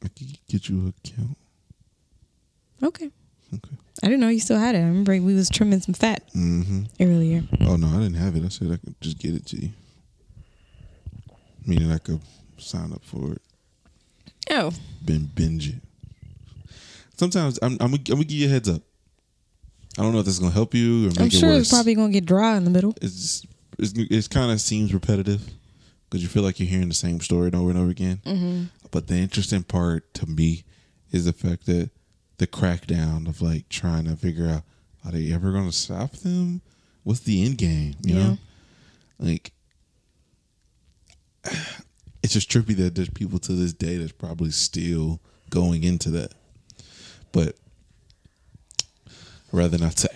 [SPEAKER 2] I can get you an account.
[SPEAKER 3] Okay,
[SPEAKER 2] Okay.
[SPEAKER 3] I didn't know you still had it. I remember we was trimming some fat
[SPEAKER 2] Mm-hmm.
[SPEAKER 3] earlier.
[SPEAKER 2] Oh no, I didn't have it. I said I could just get it to you. Meaning I could sign up for it,
[SPEAKER 3] Oh,
[SPEAKER 2] bin binge it. Sometimes I'm I'm gonna, I'm gonna give you a heads up. I don't know if that's gonna help you or make
[SPEAKER 3] I'm
[SPEAKER 2] it
[SPEAKER 3] sure
[SPEAKER 2] worse.
[SPEAKER 3] it's probably gonna get dry in the middle.
[SPEAKER 2] it's just, it's, it's kind of seems repetitive because you feel like you're hearing the same story over and over again. But the interesting part to me is the fact that the crackdown of like trying to figure out are they ever going to stop them? What's the end game? You
[SPEAKER 3] Yeah.
[SPEAKER 2] know, like it's just trippy that there's people to this day that's probably still going into that. But rather not say.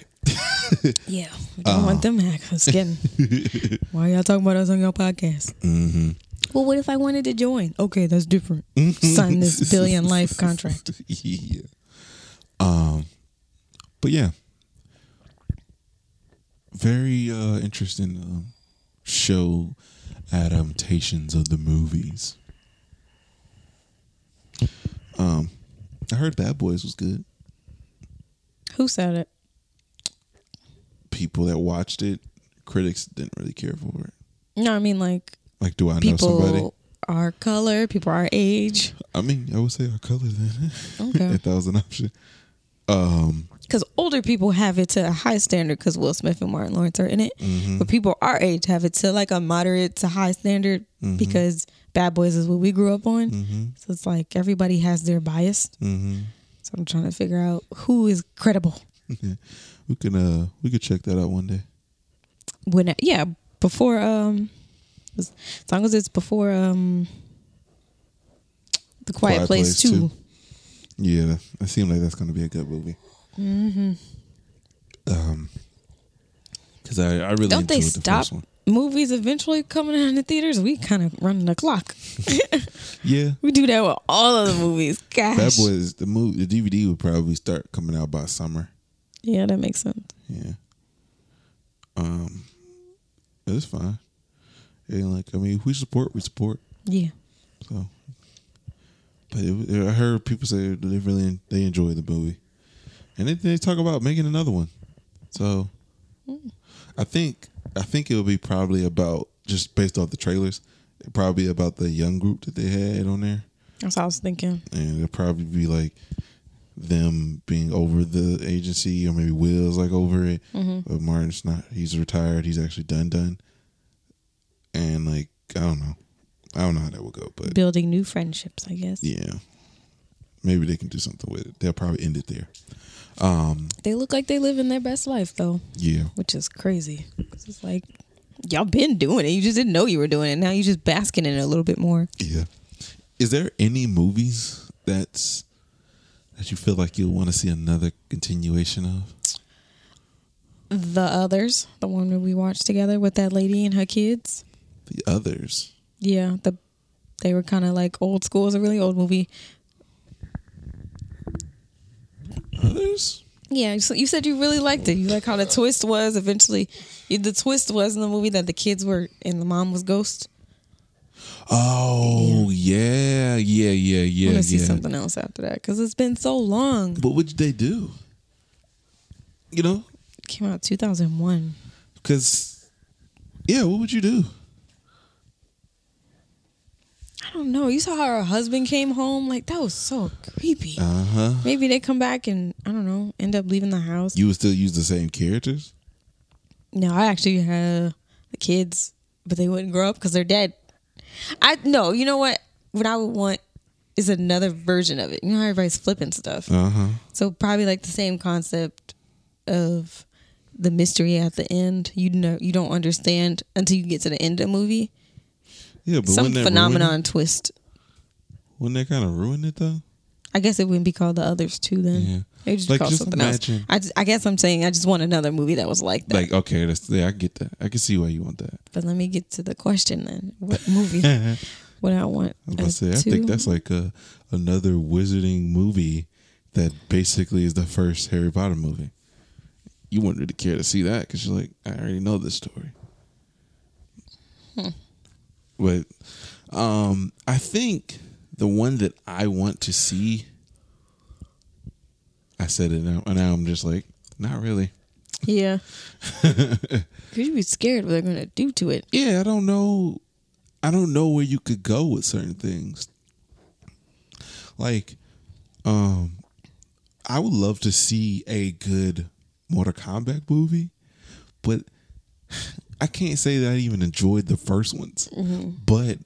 [SPEAKER 3] Yeah, we don't
[SPEAKER 2] Oh.
[SPEAKER 3] want them hackers getting. Why y'all talking about us on your podcast? Mm-hmm. Well, what if I wanted to join? Okay, that's different.
[SPEAKER 2] Mm-hmm.
[SPEAKER 3] Sign this billion life contract.
[SPEAKER 2] yeah. Um. But yeah. Very uh, interesting um, show adaptations of the movies. Um, I heard Bad Boys was good.
[SPEAKER 3] Who said it?
[SPEAKER 2] People that watched it, critics didn't really care for it.
[SPEAKER 3] No, I mean like
[SPEAKER 2] Like, do I know somebody?
[SPEAKER 3] people our color, people our age.
[SPEAKER 2] I mean, I would say our color then,
[SPEAKER 3] Okay.
[SPEAKER 2] if that was an option. Um,
[SPEAKER 3] Because older people have it to a high standard because Will Smith and Martin Lawrence are in it.
[SPEAKER 2] Mm-hmm.
[SPEAKER 3] But people our age have it to like a moderate to high standard
[SPEAKER 2] Mm-hmm.
[SPEAKER 3] because Bad Boys is what we grew up on.
[SPEAKER 2] Mm.
[SPEAKER 3] So it's like everybody has their bias.
[SPEAKER 2] mhm.
[SPEAKER 3] So I'm trying to figure out who is credible.
[SPEAKER 2] we can uh, we could check that out one day.
[SPEAKER 3] When yeah, before um, as as long as it's before um, the Quiet,
[SPEAKER 2] Quiet
[SPEAKER 3] Place,
[SPEAKER 2] Place
[SPEAKER 3] too.
[SPEAKER 2] 2. Yeah, that, that seems like that's going to be a good movie. Mm-hmm. Um, because I, I really
[SPEAKER 3] Don't they
[SPEAKER 2] enjoyed the
[SPEAKER 3] stop
[SPEAKER 2] first one.
[SPEAKER 3] movies eventually coming out in the theaters? We kind of running the clock.
[SPEAKER 2] Yeah,
[SPEAKER 3] We do that with all of the movies. Gosh.
[SPEAKER 2] Bad Boys. The movie, the DVD would probably start coming out by summer.
[SPEAKER 3] Yeah, that makes sense.
[SPEAKER 2] Yeah. Um, it's fine. And like, I mean, if we support, we support.
[SPEAKER 3] Yeah.
[SPEAKER 2] So, but it, it- I heard people say they really they enjoy the movie, and they, they talk about making another one. So, I think I think it'll be probably about just based off the trailers, probably about the young group that they had on there,
[SPEAKER 3] That's what I was thinking.
[SPEAKER 2] and it'll probably be like them being over the agency, or maybe Will's like over it, but Martin's not. He's retired. He's actually done done, and like I don't know, I don't know how that would go, but.
[SPEAKER 3] Building new friendships, I guess.
[SPEAKER 2] Yeah. Maybe they can do something with it. They'll probably end it there. Um,
[SPEAKER 3] They look like they live in their best life though,
[SPEAKER 2] yeah.
[SPEAKER 3] which is crazy. 'Cause It's like y'all been doing it. You just didn't know you were doing it. Now you just basking in it a little bit more.
[SPEAKER 2] Yeah. Is there any movies that's that you feel like you'll want to see another continuation of?
[SPEAKER 3] The others, the one that we watched together with that lady and her kids.
[SPEAKER 2] The others.
[SPEAKER 3] Yeah, the they were kind of like old school. It's a really old movie.
[SPEAKER 2] Others?
[SPEAKER 3] Yeah, so you said you really liked it. You like how the twist was eventually. The twist was in the movie that the kids were and the mom was ghost.
[SPEAKER 2] Oh yeah, yeah, yeah, yeah,
[SPEAKER 3] I
[SPEAKER 2] yeah.
[SPEAKER 3] want to see something else after that because it's been so long.
[SPEAKER 2] But what did they do? You know,
[SPEAKER 3] came out 2001.
[SPEAKER 2] because yeah, what would you do?
[SPEAKER 3] I don't know. You saw how her husband came home. Like that was so creepy.
[SPEAKER 2] Uh huh.
[SPEAKER 3] Maybe they come back and I don't know. End up leaving the house.
[SPEAKER 2] You would still use the same characters.
[SPEAKER 3] no, I actually had the kids, but they wouldn't grow up because they're dead. I no. You know what? What I would want is another version of it. You know how everybody's flipping stuff.
[SPEAKER 2] Uh huh.
[SPEAKER 3] So probably like the same concept of the mystery at the end. You know, you don't understand until you get to the end of the movie.
[SPEAKER 2] Yeah, but
[SPEAKER 3] Some
[SPEAKER 2] wouldn't that ruin it?
[SPEAKER 3] phenomenon twist.
[SPEAKER 2] Wouldn't that kind of ruin it though?
[SPEAKER 3] I guess it wouldn't be called the others too. Then
[SPEAKER 2] Yeah.
[SPEAKER 3] they just
[SPEAKER 2] Like,
[SPEAKER 3] call it
[SPEAKER 2] just
[SPEAKER 3] something else.
[SPEAKER 2] imagine-
[SPEAKER 3] I, just- I guess I'm saying I just want another movie that was like that.
[SPEAKER 2] Like, okay, that's yeah, I get that. I can see why you want that.
[SPEAKER 3] but let me get to the question then. What movie? what I want?
[SPEAKER 2] I was about to
[SPEAKER 3] uh,
[SPEAKER 2] say, I
[SPEAKER 3] to-
[SPEAKER 2] think that's like a, another wizarding movie that basically is the first Harry Potter movie. you wouldn't really care to see that because you're like, I already know this story. But um, I think the one that I want to see, I said it now, and now I'm just like, not really.
[SPEAKER 3] Yeah. Could you be scared what they're gonna do to it?
[SPEAKER 2] Yeah, I don't know. I don't know where you could go with certain things. Like, um, I would love to see a good Mortal Kombat movie, but I can't say that I even enjoyed the first ones. But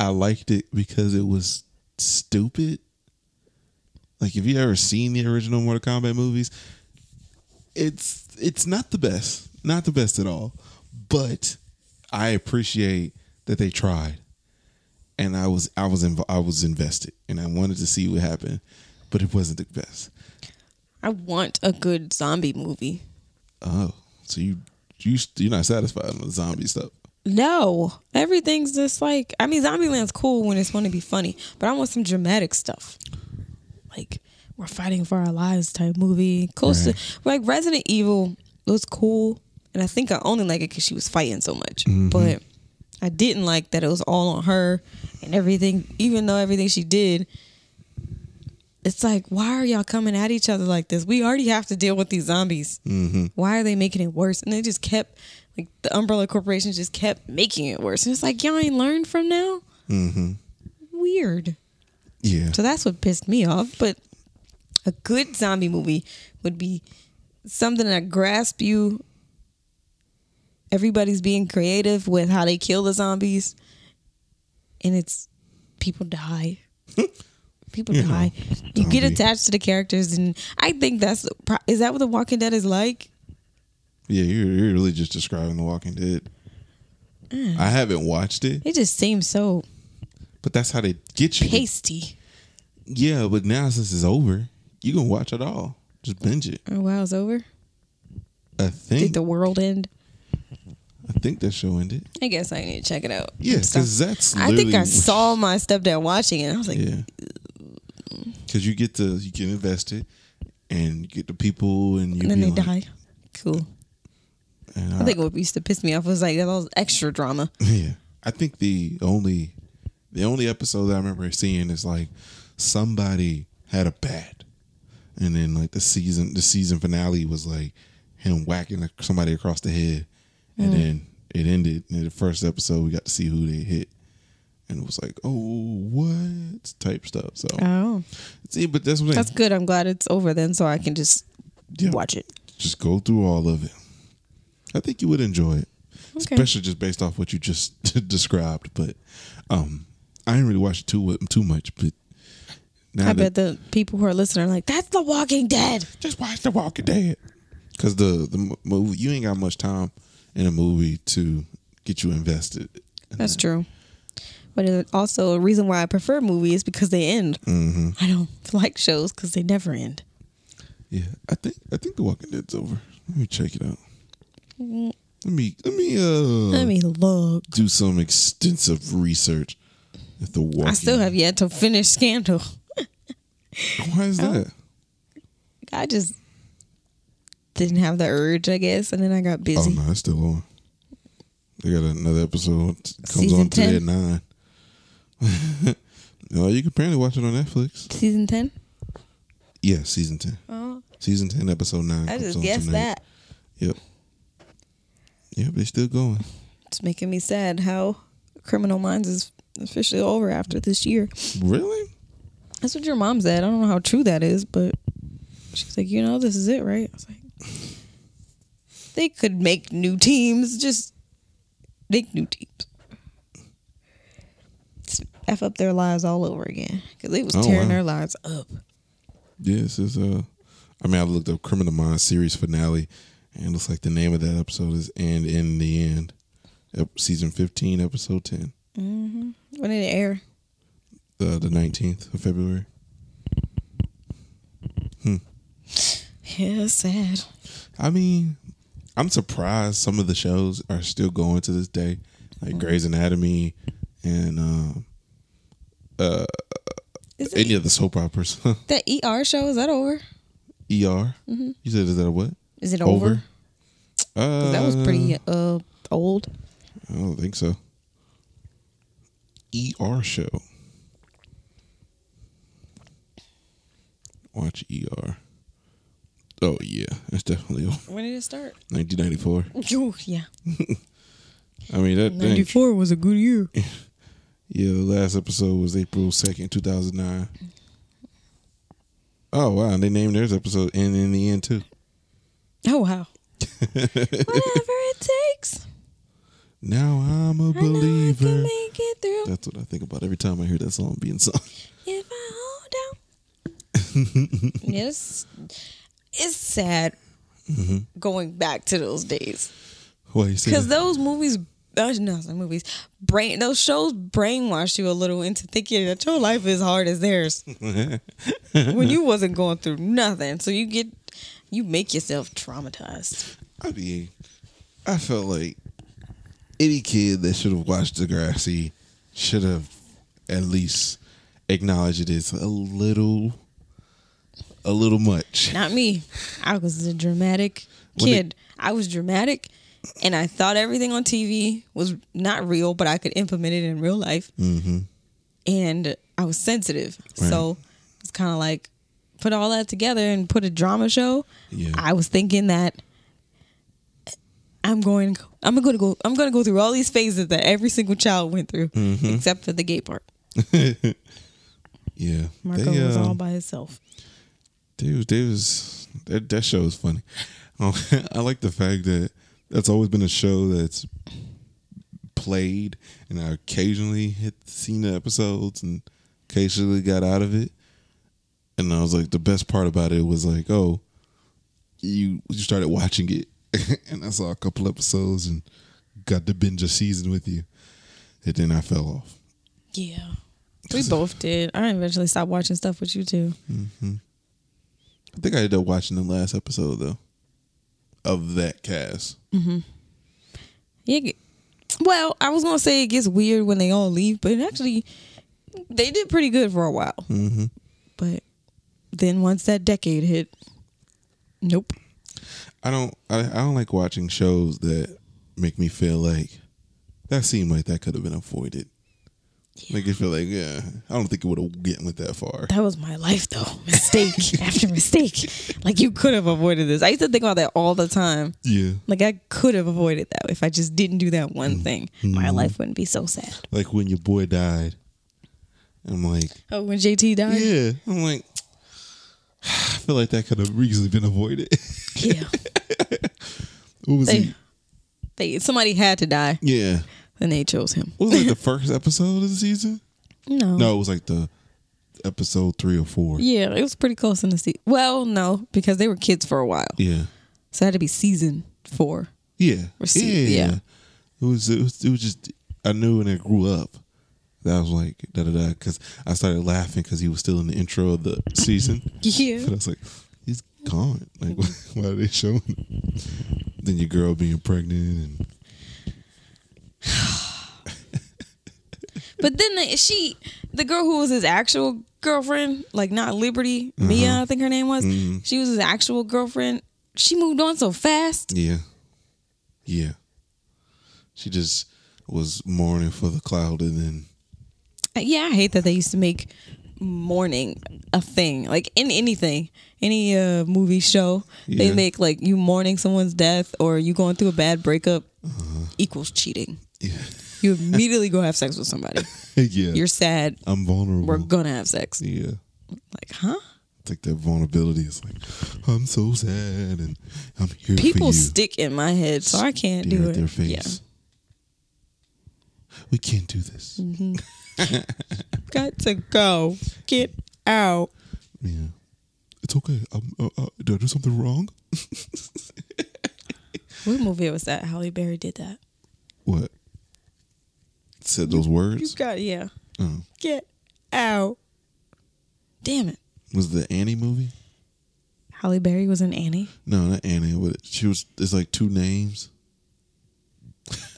[SPEAKER 2] I liked it because it was stupid. Like, if you ever seen the original Mortal Kombat movies, it's it's not the best, not the best at all. But I appreciate that they tried, and I was I was inv- I was invested, and I wanted to see what happened, but it wasn't the best.
[SPEAKER 3] I want a good zombie movie.
[SPEAKER 2] Oh, so you you you're not satisfied with zombie stuff?
[SPEAKER 3] No. Everything's just like I mean Zombieland's cool when it's gonna be funny, but I want some dramatic stuff. Like we're fighting for our lives type movie. Close to like Resident Evil was cool. And I think I only like it because she was fighting so much.
[SPEAKER 2] Mm-hmm.
[SPEAKER 3] But I didn't like that it was all on her and everything, even though everything she did. It's like, why are y'all coming at each other like this? We already have to deal with these zombies. Why are they making it worse? And they just kept, like, the Umbrella Corporation just kept making it worse. And it's like, y'all ain't learned from now? Mm-hmm. Weird.
[SPEAKER 2] Yeah,
[SPEAKER 3] So that's what pissed me off. But a good zombie movie would be something that grasp you. Everybody's being creative with how they kill the zombies, and it's people die. people
[SPEAKER 2] You know,
[SPEAKER 3] die. you get
[SPEAKER 2] zombie.
[SPEAKER 3] attached to the characters, and I think that's pro- is that what The Walking Dead is like.
[SPEAKER 2] yeah, you're, you're really just describing The Walking Dead.
[SPEAKER 3] Mm.
[SPEAKER 2] I haven't watched it,
[SPEAKER 3] It just seems so
[SPEAKER 2] but that's how they get you.
[SPEAKER 3] pasty.
[SPEAKER 2] Yeah, but now since it's over, you can watch it all. Just binge it.
[SPEAKER 3] Oh wow, it's over.
[SPEAKER 2] I
[SPEAKER 3] Did
[SPEAKER 2] think
[SPEAKER 3] the world end?
[SPEAKER 2] I think that show ended.
[SPEAKER 3] I guess I need to check it out.
[SPEAKER 2] Yeah,
[SPEAKER 3] Stop.
[SPEAKER 2] because that's
[SPEAKER 3] I think I
[SPEAKER 2] literally-
[SPEAKER 3] saw my stepdad watching it. I was like,
[SPEAKER 2] Yeah. Because you get to you get invested and you get the people and you
[SPEAKER 3] and then
[SPEAKER 2] be Ah.
[SPEAKER 3] they
[SPEAKER 2] like,
[SPEAKER 3] die. Cool.
[SPEAKER 2] and
[SPEAKER 3] I think what used to piss me off was like that was extra drama.
[SPEAKER 2] Yeah, I think the only the only episode that I remember seeing is like somebody had a bat, and then like the season the season finale was like him whacking somebody across the head, and
[SPEAKER 3] Mm.
[SPEAKER 2] then it ended. And in the first episode, we got to see who they hit, and it was like, oh, what type stuff. So
[SPEAKER 3] Oh,
[SPEAKER 2] see, but that's what I'm
[SPEAKER 3] that's
[SPEAKER 2] saying.
[SPEAKER 3] good. I'm glad it's over then, so I can just
[SPEAKER 2] Yeah.
[SPEAKER 3] watch it.
[SPEAKER 2] just go through all of it. I think you would enjoy it.
[SPEAKER 3] Okay.
[SPEAKER 2] especially just based off what you just described. But um, I didn't really watch it too too much. But now
[SPEAKER 3] I
[SPEAKER 2] that-
[SPEAKER 3] bet the people who are listening are like, "That's The Walking Dead."
[SPEAKER 2] just watch The Walking Dead because the the mo- movie you ain't got much time in a movie to get you invested.
[SPEAKER 3] That's true. But it, also, a reason why I prefer movies because they end.
[SPEAKER 2] Mm-hmm.
[SPEAKER 3] I don't like shows because they never end.
[SPEAKER 2] Yeah, I think I think The Walking Dead's over. Let me check it out.
[SPEAKER 3] Mm.
[SPEAKER 2] Let me let me uh
[SPEAKER 3] I mean, look,
[SPEAKER 2] do some extensive research. At the Walking
[SPEAKER 3] I still have yet to finish Scandal.
[SPEAKER 2] Why is
[SPEAKER 3] Oh.
[SPEAKER 2] that?
[SPEAKER 3] I just didn't have the urge, I guess, and then I got
[SPEAKER 2] Oh
[SPEAKER 3] busy.
[SPEAKER 2] no, it's still on. They got another episode t- comes
[SPEAKER 3] Season
[SPEAKER 2] on today
[SPEAKER 3] 10?
[SPEAKER 2] at nine. no, you can apparently watch it on Netflix.
[SPEAKER 3] Season ten.
[SPEAKER 2] Yeah, season ten.
[SPEAKER 3] Oh,
[SPEAKER 2] Season ten, episode nine.
[SPEAKER 3] I
[SPEAKER 2] comes
[SPEAKER 3] just
[SPEAKER 2] on
[SPEAKER 3] guessed
[SPEAKER 2] tonight.
[SPEAKER 3] that.
[SPEAKER 2] Yep. Yep, they still going.
[SPEAKER 3] It's making me sad how Criminal Minds is officially over after this year.
[SPEAKER 2] Really?
[SPEAKER 3] That's what your mom said. I don't know how true that is, but she's like, you know, this is it, right? I was like, they could make new teams. Just make new teams. Just F up their lives all over again because they was
[SPEAKER 2] Oh, wow.
[SPEAKER 3] tearing their lives up.
[SPEAKER 2] Yes, it's uh I mean I looked up Criminal Minds series finale and it looks like the name of that episode is And in the End. Ep- season fifteen, episode ten.
[SPEAKER 3] When did it air?
[SPEAKER 2] Uh, the nineteenth of February.
[SPEAKER 3] Yeah, it's sad.
[SPEAKER 2] I mean, I'm surprised some of the shows are still going to this day,
[SPEAKER 3] Mm-hmm.
[SPEAKER 2] like Grey's Anatomy and um,
[SPEAKER 3] Is it E
[SPEAKER 2] any of the soap operas. ER.
[SPEAKER 3] that ER show? Is that over?
[SPEAKER 2] You said is that a what?
[SPEAKER 3] Is it over?
[SPEAKER 2] Over. Uh,
[SPEAKER 3] 'Cause that was pretty uh old.
[SPEAKER 2] I don't think so. ER show. Watch ER. Oh yeah, that's definitely over.
[SPEAKER 3] When did it start?
[SPEAKER 2] 1994.
[SPEAKER 3] yeah.
[SPEAKER 2] I mean that thing.
[SPEAKER 3] was a good year.
[SPEAKER 2] Yeah, the last episode was April 2nd, 2009. Oh, wow. And they named theirs episode End in the End, too.
[SPEAKER 3] Oh wow. Whatever it takes.
[SPEAKER 2] Now I'm a
[SPEAKER 3] I know I can
[SPEAKER 2] believer.
[SPEAKER 3] make it through
[SPEAKER 2] That's what I think about every time I hear that song being sung.
[SPEAKER 3] if I hold down. yes. It's sad going back to those days.
[SPEAKER 2] Why you say
[SPEAKER 3] Because
[SPEAKER 2] that?
[SPEAKER 3] those movies, those no, not movies, brain those shows brainwash you a little into thinking that your life is hard as theirs when you wasn't going through nothing. So you get, you make yourself traumatized.
[SPEAKER 2] I mean, I felt like any kid that should have watched Degrassi should have at least acknowledged it is a little, a little much.
[SPEAKER 3] Not me. I was a dramatic
[SPEAKER 2] When
[SPEAKER 3] kid. I was dramatic, and I thought everything on TV was not real, but I could implement it in real life. Mm-hmm. And I was sensitive, so it's kind of like put all that together and put a drama show.
[SPEAKER 2] Yeah.
[SPEAKER 3] I was thinking that I'm going, I'm going to go, I'm going to go through all these phases that every single child went through,
[SPEAKER 2] Mm-hmm.
[SPEAKER 3] except for the gay part.
[SPEAKER 2] yeah.
[SPEAKER 3] Marco
[SPEAKER 2] They,
[SPEAKER 3] was
[SPEAKER 2] um,
[SPEAKER 3] all by himself.
[SPEAKER 2] They was, they was that that show is funny. Um, I like the fact that that's always been a show that's played, and I occasionally had seen the episodes and occasionally got out of it. And I was like, the best part about it was like, oh, you you started watching it, and I saw a couple episodes and got to binge a season with you, and then I fell off.
[SPEAKER 3] Yeah, we both did. I eventually stopped watching stuff with you too.
[SPEAKER 2] I think I ended up watching the last episode though of that cast.
[SPEAKER 3] Yeah. get- Well, I was gonna say it gets weird when they all leave, but actually, they did pretty good for a while. Mm-hmm. But then once that decade hit, nope.
[SPEAKER 2] I don't I, I don't like watching shows that make me feel like that seemed like that could have been avoided. Make you feel like, yeah, I don't think it would have gotten with that far.
[SPEAKER 3] That was my life though. Mistake after mistake. Like you could have avoided this. I used to think about that all the time.
[SPEAKER 2] Yeah.
[SPEAKER 3] Like I could have avoided that if I just didn't do that one thing. My life wouldn't be so sad.
[SPEAKER 2] Like when your boy died. I'm like,
[SPEAKER 3] Oh, when JT died?
[SPEAKER 2] yeah. I'm like, I feel like that could have easily been avoided.
[SPEAKER 3] Yeah.
[SPEAKER 2] what was
[SPEAKER 3] They,
[SPEAKER 2] he?
[SPEAKER 3] they somebody had to die
[SPEAKER 2] Yeah.
[SPEAKER 3] and they chose him.
[SPEAKER 2] What was like the first episode of the season?
[SPEAKER 3] No.
[SPEAKER 2] No, it was like the episode three or four.
[SPEAKER 3] Yeah, it was pretty close in the season. Well, no, because they were kids for a while,
[SPEAKER 2] Yeah.
[SPEAKER 3] so it had to be season four.
[SPEAKER 2] Yeah.
[SPEAKER 3] Receipt, yeah.
[SPEAKER 2] It was, it was it was just I knew when I grew up. That I was like da da da because I started laughing because he was still in the intro of the season.
[SPEAKER 3] Yeah,
[SPEAKER 2] And I was like, he's gone. Like why are they showing? Him? Then your girl being pregnant and
[SPEAKER 3] but then the, she, the girl who was his actual girlfriend, like not Liberty
[SPEAKER 2] Uh-huh.
[SPEAKER 3] Mia, I think her name was.
[SPEAKER 2] Mm-hmm.
[SPEAKER 3] She was his actual girlfriend. She moved on so fast.
[SPEAKER 2] yeah, yeah. She just was mourning for the cloud and then
[SPEAKER 3] Uh, Yeah, I hate that they used to make mourning a thing. Like in anything, any uh, movie show,
[SPEAKER 2] Yeah.
[SPEAKER 3] they make like you mourning someone's death or you going through a bad breakup
[SPEAKER 2] Uh-huh.
[SPEAKER 3] equals cheating.
[SPEAKER 2] yeah,
[SPEAKER 3] You immediately go have sex with somebody.
[SPEAKER 2] yeah.
[SPEAKER 3] You're sad.
[SPEAKER 2] I'm vulnerable.
[SPEAKER 3] We're gonna have sex.
[SPEAKER 2] yeah.
[SPEAKER 3] Like, huh?
[SPEAKER 2] Take that vulnerability. It's like I'm so sad and I'm here for
[SPEAKER 3] People
[SPEAKER 2] you.
[SPEAKER 3] stick in my head, so I can't
[SPEAKER 2] Stare
[SPEAKER 3] do
[SPEAKER 2] at
[SPEAKER 3] it.
[SPEAKER 2] their face. We can't do this.
[SPEAKER 3] Mm. Yeah, got to go. Get out.
[SPEAKER 2] Yeah, it's okay. Um, uh, uh, did I do something wrong?
[SPEAKER 3] What movie was that? Halle Berry did that.
[SPEAKER 2] What? Said those
[SPEAKER 3] You
[SPEAKER 2] words.
[SPEAKER 3] got yeah.
[SPEAKER 2] Oh.
[SPEAKER 3] Get out. Damn it.
[SPEAKER 2] Was the Annie movie?
[SPEAKER 3] Halle Berry was in Annie.
[SPEAKER 2] No, not Annie. What? She was. It's like two names.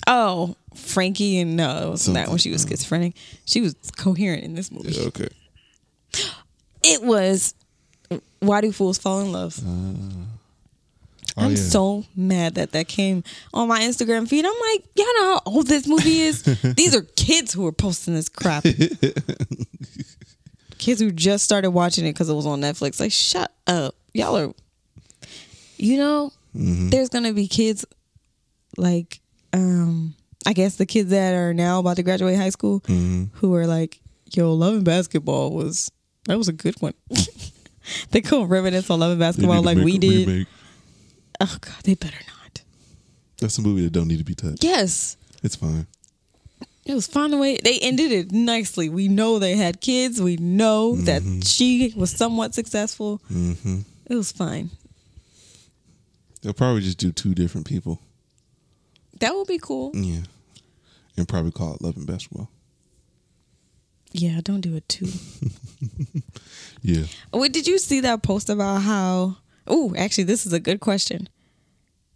[SPEAKER 3] Oh, Frankie and no, it wasn't that
[SPEAKER 2] Something,
[SPEAKER 3] when she was
[SPEAKER 2] uh,
[SPEAKER 3] schizophrenic. She was coherent in this movie.
[SPEAKER 2] Yeah, okay.
[SPEAKER 3] It was Why Do Fools Fall in Love? I'm
[SPEAKER 2] Oh, yeah.
[SPEAKER 3] so mad that that came on my Instagram feed. I'm like, y'all know how old this movie is? These are kids who are posting this crap. kids who just started watching it because it was on Netflix. Like, shut up. Y'all are, you know,
[SPEAKER 2] Mm-hmm.
[SPEAKER 3] there's going to be kids like, um, I guess the kids that are now about to graduate high school
[SPEAKER 2] Mm-hmm.
[SPEAKER 3] who are like, yo, Love and Basketball was, that was a good one. they go reminisce on Love and
[SPEAKER 2] They need
[SPEAKER 3] Basketball
[SPEAKER 2] to
[SPEAKER 3] like
[SPEAKER 2] make
[SPEAKER 3] we
[SPEAKER 2] a
[SPEAKER 3] did.
[SPEAKER 2] remake.
[SPEAKER 3] Oh, God, they better not.
[SPEAKER 2] That's a movie that don't need to be touched.
[SPEAKER 3] Yes.
[SPEAKER 2] It's fine.
[SPEAKER 3] It was fine the way they ended it nicely. We know they had kids. We know that she was somewhat successful.
[SPEAKER 2] hmm
[SPEAKER 3] It was fine.
[SPEAKER 2] They'll probably just do two different people.
[SPEAKER 3] That would be cool.
[SPEAKER 2] Yeah, and probably call it Love and Basketball.
[SPEAKER 3] Yeah, don't do it too.
[SPEAKER 2] Yeah,
[SPEAKER 3] Wait, did you see that post about how? Oh, actually, this is a good question.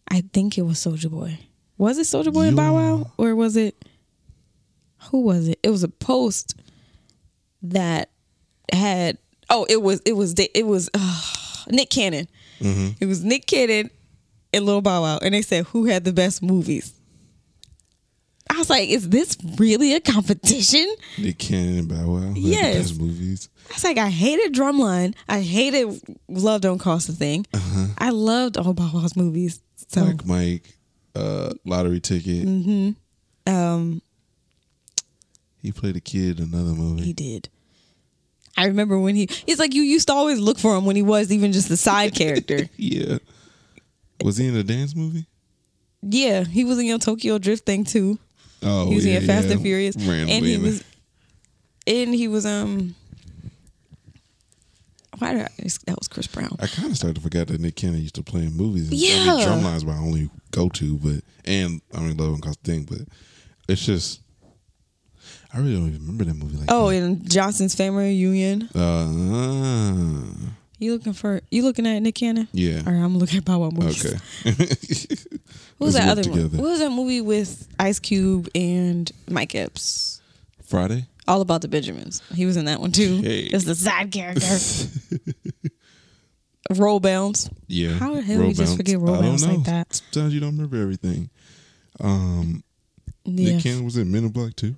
[SPEAKER 3] I think it was Soldier Boy. Was it Soldier Boy and Bow
[SPEAKER 2] Yeah.
[SPEAKER 3] Wow, or was it? Who was it? It was a post that had. Oh, it was it was da- it was uh, Nick Cannon. It was Nick Cannon and Lil Bow Wow, and they said who had the best movies. I was like, is this really a competition?
[SPEAKER 2] Nick Cannon and Bow Wow. They're
[SPEAKER 3] Yes.
[SPEAKER 2] the best movies.
[SPEAKER 3] It's like I hated Drumline. I hated Love Don't Cost a Thing.
[SPEAKER 2] Uh-huh.
[SPEAKER 3] I loved all Bow Wow's movies. So
[SPEAKER 2] Black Mike, uh, lottery ticket.
[SPEAKER 3] um,
[SPEAKER 2] He played a kid in another movie.
[SPEAKER 3] he did. I remember when he. It's like you used to always look for him when he was even just the side character.
[SPEAKER 2] yeah. Was he in a dance movie?
[SPEAKER 3] Yeah, he was in your Tokyo Drift thing too.
[SPEAKER 2] Oh,
[SPEAKER 3] He was
[SPEAKER 2] yeah,
[SPEAKER 3] in Fast
[SPEAKER 2] yeah.
[SPEAKER 3] and Furious,
[SPEAKER 2] Randomly
[SPEAKER 3] and he
[SPEAKER 2] in there.
[SPEAKER 3] was. And he was um. Why did I, that was Chris Brown?
[SPEAKER 2] I kind of started to forget that Nick Cannon used to play in movies. And, I
[SPEAKER 3] Yeah.
[SPEAKER 2] mean, Drumline's my only go to, but and I mean Love and Cost thing, but it's just I really don't even remember that movie like
[SPEAKER 3] Oh,
[SPEAKER 2] that.
[SPEAKER 3] and Johnson's Family Reunion.
[SPEAKER 2] Uh,
[SPEAKER 3] You looking for? You looking at Nick Cannon?
[SPEAKER 2] yeah.
[SPEAKER 3] Or I'm looking at Bow Wow movies.
[SPEAKER 2] Okay.
[SPEAKER 3] What was
[SPEAKER 2] Let's work
[SPEAKER 3] that other
[SPEAKER 2] together.
[SPEAKER 3] one? What was that movie with Ice Cube and Mike Epps?
[SPEAKER 2] Friday?
[SPEAKER 3] All about the Benjamins. He was in that one too.
[SPEAKER 2] Hey.
[SPEAKER 3] Just the side character. Roll bounce.
[SPEAKER 2] Yeah.
[SPEAKER 3] How the hell we just
[SPEAKER 2] Robounce.
[SPEAKER 3] forget Robounce
[SPEAKER 2] I don't
[SPEAKER 3] like
[SPEAKER 2] know.
[SPEAKER 3] that?
[SPEAKER 2] Sometimes you don't remember everything. Um
[SPEAKER 3] Yeah.
[SPEAKER 2] Nick Cannon was in Men in Black too.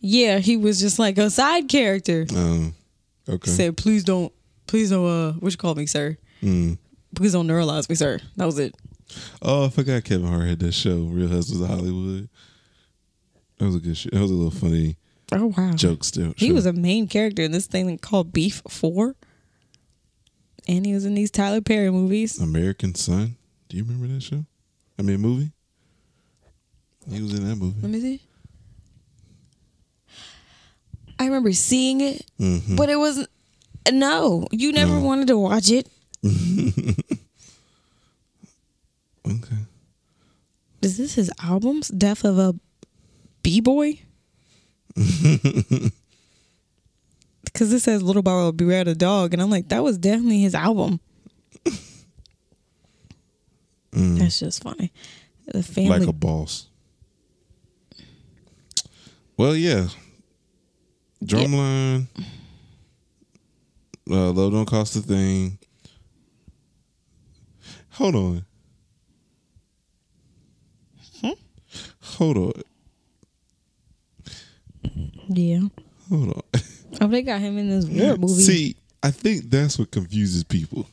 [SPEAKER 3] yeah, he was just like a side character.
[SPEAKER 2] Um okay.
[SPEAKER 3] Said, please don't please don't uh what you call me, sir.
[SPEAKER 2] Mm.
[SPEAKER 3] Please don't neuralize me, sir. That was it.
[SPEAKER 2] Oh, I forgot Kevin Hart had that show, Real Hustlers of Hollywood. That was a good show. That was a little funny
[SPEAKER 3] Oh wow.
[SPEAKER 2] joke still.
[SPEAKER 3] He was a main character in this thing called Beef Four. And he was in these Tyler Perry movies.
[SPEAKER 2] American Son. Do you remember that show? I mean, movie. He was in that
[SPEAKER 3] Let
[SPEAKER 2] movie.
[SPEAKER 3] me see. I remember seeing it,
[SPEAKER 2] Mhm.
[SPEAKER 3] but it wasn't. No, you never
[SPEAKER 2] No.
[SPEAKER 3] wanted to watch it. Mm.
[SPEAKER 2] Okay.
[SPEAKER 3] Is this his album's Death of a B Boy? Because it says Little Boy will be Beware the Dog, and I'm like, that was definitely his album. That's just funny. The family.
[SPEAKER 2] Mm. Like a boss. Well, yeah. Drumline. Uh, Love don't cost a thing. Hold on.
[SPEAKER 3] Hmm?
[SPEAKER 2] Hold on.
[SPEAKER 3] yeah.
[SPEAKER 2] Hold on.
[SPEAKER 3] Oh, they got him in this war movie.
[SPEAKER 2] See, I think that's what confuses people.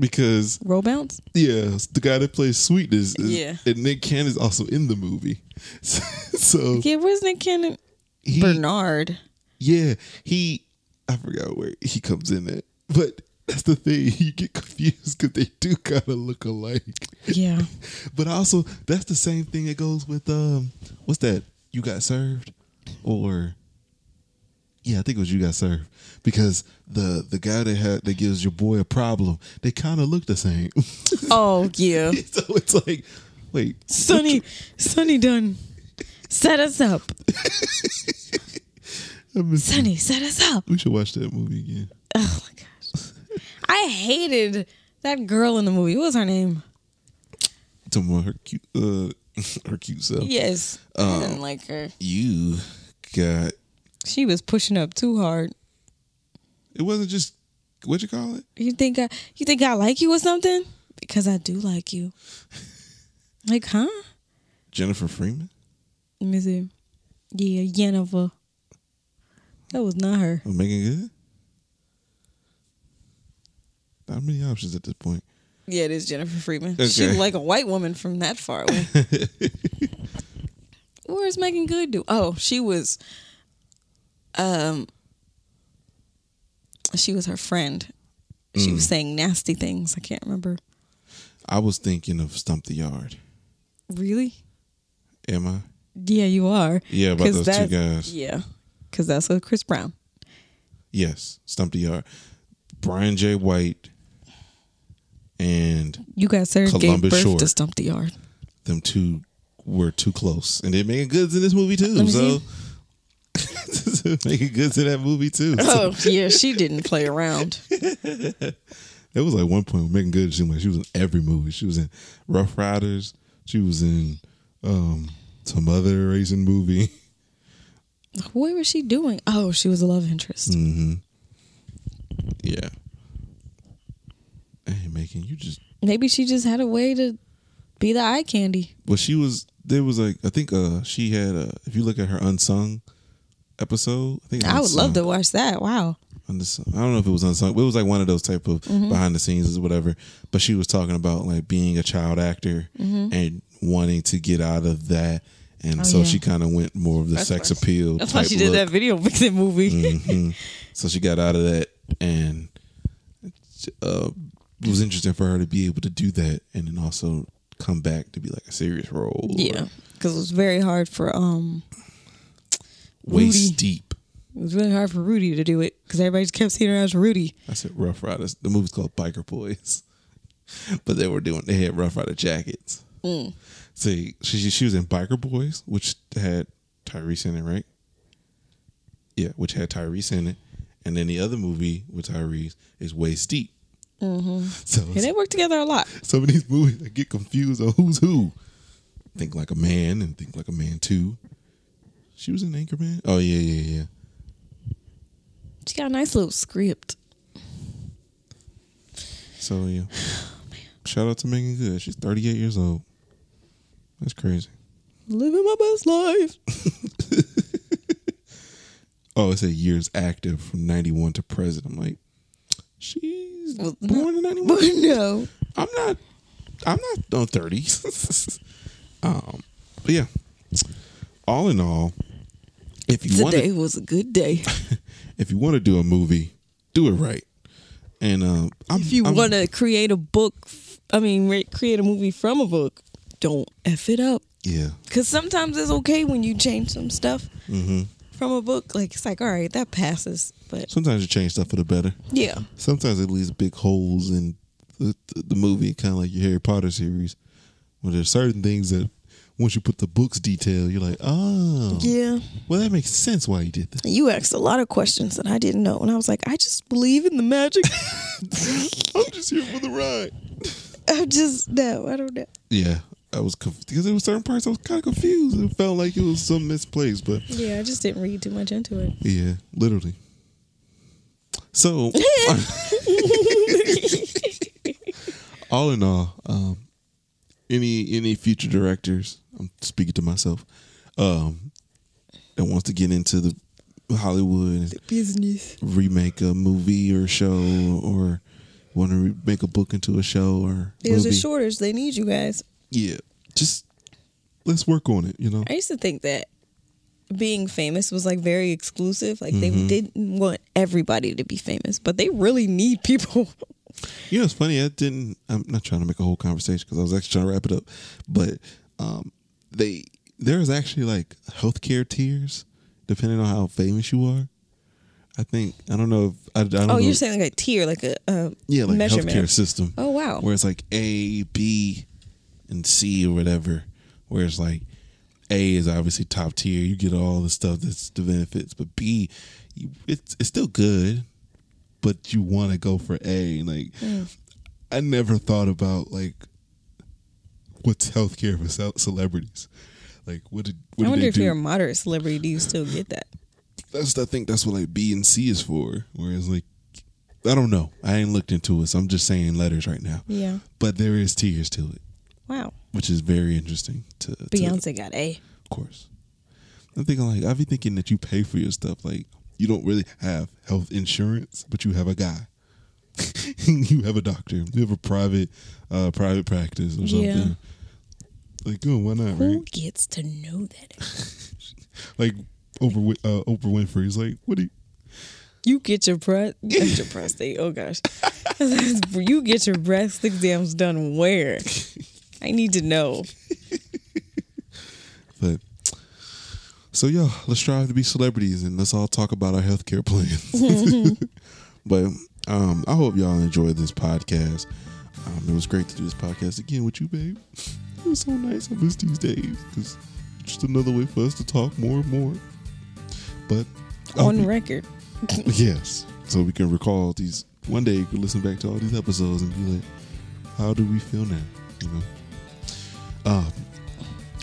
[SPEAKER 2] Because
[SPEAKER 3] Roll Bounce?
[SPEAKER 2] yeah, the guy that plays Sweetness, is,
[SPEAKER 3] Yeah.
[SPEAKER 2] and Nick Cannon is also in the movie. so
[SPEAKER 3] Yeah, where's Nick Cannon?
[SPEAKER 2] Mm. he,
[SPEAKER 3] Bernard.
[SPEAKER 2] yeah, he, I forgot where he comes in at, but that's the thing. You get confused because they do kind of look alike.
[SPEAKER 3] Yeah.
[SPEAKER 2] But also, that's the same thing that goes with um, what's that? You got served, or yeah, I think it was you got served because the the guy that had that gives your boy a problem, they kind of look the same.
[SPEAKER 3] Oh, yeah.
[SPEAKER 2] so it's like, wait,
[SPEAKER 3] Sonny, Sonny done set us up.
[SPEAKER 2] I miss-
[SPEAKER 3] Sonny, set us up.
[SPEAKER 2] we should watch that movie again.
[SPEAKER 3] Oh my gosh. I hated that girl in the movie. What was her name?
[SPEAKER 2] Tomorrow, her cute, uh, her cute self.
[SPEAKER 3] Yes. I didn't like her.
[SPEAKER 2] You got
[SPEAKER 3] She was pushing up too hard.
[SPEAKER 2] it wasn't just what you call it?
[SPEAKER 3] You think I you think I like you or something? Because I do like you. Like, huh?
[SPEAKER 2] Jennifer Freeman.
[SPEAKER 3] Let me see. Yeah, Jennifer. That was not her.
[SPEAKER 2] Was Megan good? Not many options at this point.
[SPEAKER 3] Yeah, it is Jennifer Freeman. She
[SPEAKER 2] Okay.
[SPEAKER 3] looked like a white woman from that far away. Where's Megan Good do? Oh, she was um she was her friend. She
[SPEAKER 2] Mm.
[SPEAKER 3] was saying nasty things. I can't remember.
[SPEAKER 2] I was thinking of Stump the Yard.
[SPEAKER 3] Really?
[SPEAKER 2] Am I?
[SPEAKER 3] Yeah, you are.
[SPEAKER 2] Yeah, about
[SPEAKER 3] 'Cause
[SPEAKER 2] those
[SPEAKER 3] that-
[SPEAKER 2] two guys.
[SPEAKER 3] Yeah. Cause that's what Chris Brown.
[SPEAKER 2] Yes, Stump the Yard. Brian J. White and
[SPEAKER 3] You got Sarah gave
[SPEAKER 2] Columbus
[SPEAKER 3] birth to
[SPEAKER 2] Short.
[SPEAKER 3] Stump the Yard.
[SPEAKER 2] them two were too close, and they're making goods in this movie too.
[SPEAKER 3] me
[SPEAKER 2] So making goods in that movie too. So
[SPEAKER 3] Oh yeah, she didn't play around.
[SPEAKER 2] it was like one point making good too much. She was in every movie. She was in Rough Riders. She was in um, some other racing movie.
[SPEAKER 3] What was she doing? Oh, she was a love interest.
[SPEAKER 2] Mm-hmm. Yeah. Hey, Megan, you just
[SPEAKER 3] Maybe she just had a way to be the eye candy.
[SPEAKER 2] But she was there was like I think uh she had uh if you look at her unsung episode, I think
[SPEAKER 3] I would love
[SPEAKER 2] Unsung-
[SPEAKER 3] to watch that. Wow.
[SPEAKER 2] unsung- I don't know if it was unsung, but it was like one of those type of
[SPEAKER 3] Mm-hmm.
[SPEAKER 2] behind the scenes or whatever. But she was talking about like being a child actor
[SPEAKER 3] Mm-hmm.
[SPEAKER 2] and wanting to get out of that, and so
[SPEAKER 3] Oh, yeah.
[SPEAKER 2] she kind of went more of the sex appeal.
[SPEAKER 3] That's why
[SPEAKER 2] type
[SPEAKER 3] she did that
[SPEAKER 2] look.
[SPEAKER 3] video vixen movie.
[SPEAKER 2] Mhm. so she got out of that, and uh, it was interesting for her to be able to do that, and then also come back to be like a serious role. or
[SPEAKER 3] Yeah, because it was very hard for um,
[SPEAKER 2] waist
[SPEAKER 3] Rudy.
[SPEAKER 2] deep.
[SPEAKER 3] it was really hard for Rudy to do it because everybody just kept seeing her as Rudy.
[SPEAKER 2] I said Rough Riders. The movie's called Biker Boys, but they were doing they had Rough Rider jackets. See, she she- she was in Biker Boys, which had Tyrese in it, right? Yeah, which had Tyrese in it, and then the other movie with Tyrese is Waist Deep. So
[SPEAKER 3] And they worked together a lot.
[SPEAKER 2] some of these movies I get confused on who's who. Think like a man and think like a man too. She was in Anchorman. Oh yeah, yeah, yeah.
[SPEAKER 3] She got a nice little script.
[SPEAKER 2] So yeah.
[SPEAKER 3] Oh,
[SPEAKER 2] Shout out to Megan Good. She's 38 years old. That's crazy.
[SPEAKER 3] Living my best life.
[SPEAKER 2] Oh, it said years active from 91 to present. I'm like, she's
[SPEAKER 3] Well,
[SPEAKER 2] born in 91.
[SPEAKER 3] But no,
[SPEAKER 2] I'm not. I'm not on 30s. um, but yeah. All in all, if you want
[SPEAKER 3] today was a good day.
[SPEAKER 2] if you want to do a movie, do it right. And uh, I'm,
[SPEAKER 3] If you
[SPEAKER 2] I'm-
[SPEAKER 3] want to create a book, f- I mean, re- create a movie from a book, don't f it up.
[SPEAKER 2] yeah,
[SPEAKER 3] Because sometimes it's okay when you change some stuff
[SPEAKER 2] Mm-hmm.
[SPEAKER 3] from a book. Like it's like, all right, that passes. But
[SPEAKER 2] sometimes you change stuff for the better.
[SPEAKER 3] yeah,
[SPEAKER 2] sometimes it leaves big holes in the, the, the movie, kind of like your Harry Potter series, where there's certain things that once you put the book's detail, you're like, oh,
[SPEAKER 3] yeah.
[SPEAKER 2] well, that makes sense why you did that.
[SPEAKER 3] You asked a lot of questions that I didn't know, and I was like, I just believe in the magic.
[SPEAKER 2] I'm just here for the ride.
[SPEAKER 3] I just no, I don't know.
[SPEAKER 2] Yeah, I was conf- because there were certain parts I was kind of confused. It felt like it was some misplaced, but
[SPEAKER 3] Yeah, I just didn't read too much into it.
[SPEAKER 2] yeah, literally. So, all in all, um, any any future directors, I'm speaking to myself, um, that wants to get into the Hollywood and
[SPEAKER 3] Business.
[SPEAKER 2] remake a movie or show or want to re- make a book into a show or
[SPEAKER 3] There's a
[SPEAKER 2] movie,
[SPEAKER 3] shortage. They need you guys.
[SPEAKER 2] yeah, just let's work on it. You know,
[SPEAKER 3] I used to think that being famous was like very exclusive. Like
[SPEAKER 2] Mm-hmm.
[SPEAKER 3] they didn't want everybody to be famous, but they really need people.
[SPEAKER 2] You know, it's funny. I didn't. I'm not trying to make a whole conversation because I was actually trying to wrap it up. But um, they there is actually like healthcare tiers depending on how famous you are. I think I don't know. If, I, I don't
[SPEAKER 3] oh,
[SPEAKER 2] know.
[SPEAKER 3] you're saying like a tier, like a, a
[SPEAKER 2] Mm-hmm. yeah, like
[SPEAKER 3] measurement.
[SPEAKER 2] healthcare system.
[SPEAKER 3] Oh, wow.
[SPEAKER 2] Where it's like A, B, and C or whatever. Where it's like A is obviously top tier. You get all the stuff that's the benefits, but B, you, it's it's still good, but you want to go for A. Like
[SPEAKER 3] Mm.
[SPEAKER 2] I never thought about like what's healthcare for cel- celebrities. Like what did what
[SPEAKER 3] I
[SPEAKER 2] did
[SPEAKER 3] wonder
[SPEAKER 2] they
[SPEAKER 3] if
[SPEAKER 2] do?
[SPEAKER 3] you're a moderate celebrity, do you still get that?
[SPEAKER 2] that's I think that's what like B and C is for. Whereas like I don't know. I ain't looked into it, so I'm just saying letters right now.
[SPEAKER 3] Yeah.
[SPEAKER 2] But there is tears to it,
[SPEAKER 3] Wow.
[SPEAKER 2] which is very interesting to to-
[SPEAKER 3] Beyonce got A.
[SPEAKER 2] of course. I'm thinking like I be thinking that you pay for your stuff. Like you don't really have health insurance, but you have a guy. you have a doctor. You have a private uh private practice or something.
[SPEAKER 3] Yeah.
[SPEAKER 2] Like, oh, why not,
[SPEAKER 3] Who
[SPEAKER 2] right?
[SPEAKER 3] gets to know that?
[SPEAKER 2] Like Oprah Win- uh, Oprah Winfrey's like, what do you
[SPEAKER 3] You get your breast, you get your prostate. Oh gosh, you get your breast exams done where? I need to know.
[SPEAKER 2] But so yeah, let's strive to be celebrities and let's all talk about our healthcare plans. but um, I hope y'all enjoyed this podcast. Um, it was great to do this podcast again with you, babe. It was so nice. I miss these days because just another way for us to talk more and more. But I'll
[SPEAKER 3] On
[SPEAKER 2] be-
[SPEAKER 3] record,
[SPEAKER 2] yes, so we can recall these. One day you can listen back to all these episodes and be like, "How do we feel now?" You know. Um,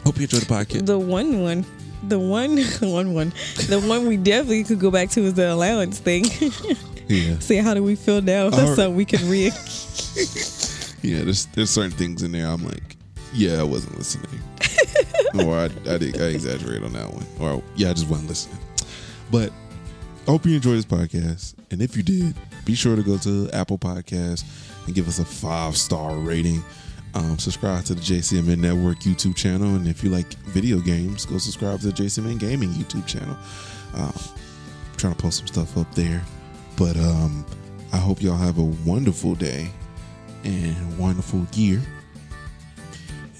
[SPEAKER 2] hope you enjoyed the podcast.
[SPEAKER 3] the one one, the one one one, the one we definitely could go back to is the allowance thing.
[SPEAKER 2] yeah.
[SPEAKER 3] See how do we feel now? That's
[SPEAKER 2] Our-
[SPEAKER 3] something we can re.
[SPEAKER 2] Yeah, there's there's certain things in there. I'm like, yeah, I wasn't listening, or I I, did, I exaggerate on that one, or yeah, I just wasn't listening. But I hope you enjoyed this podcast, and if you did, be sure to go to Apple Podcasts and give us a five star rating. Um, subscribe to the JCMN Network YouTube channel, and if you like video games, go subscribe to the JCMN Gaming YouTube channel. Um, trying to post some stuff up there, but um, I hope y'all have a wonderful day and wonderful year.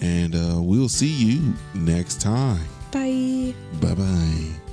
[SPEAKER 2] And uh, we'll see you next time.
[SPEAKER 3] Bye.
[SPEAKER 2] Bye bye.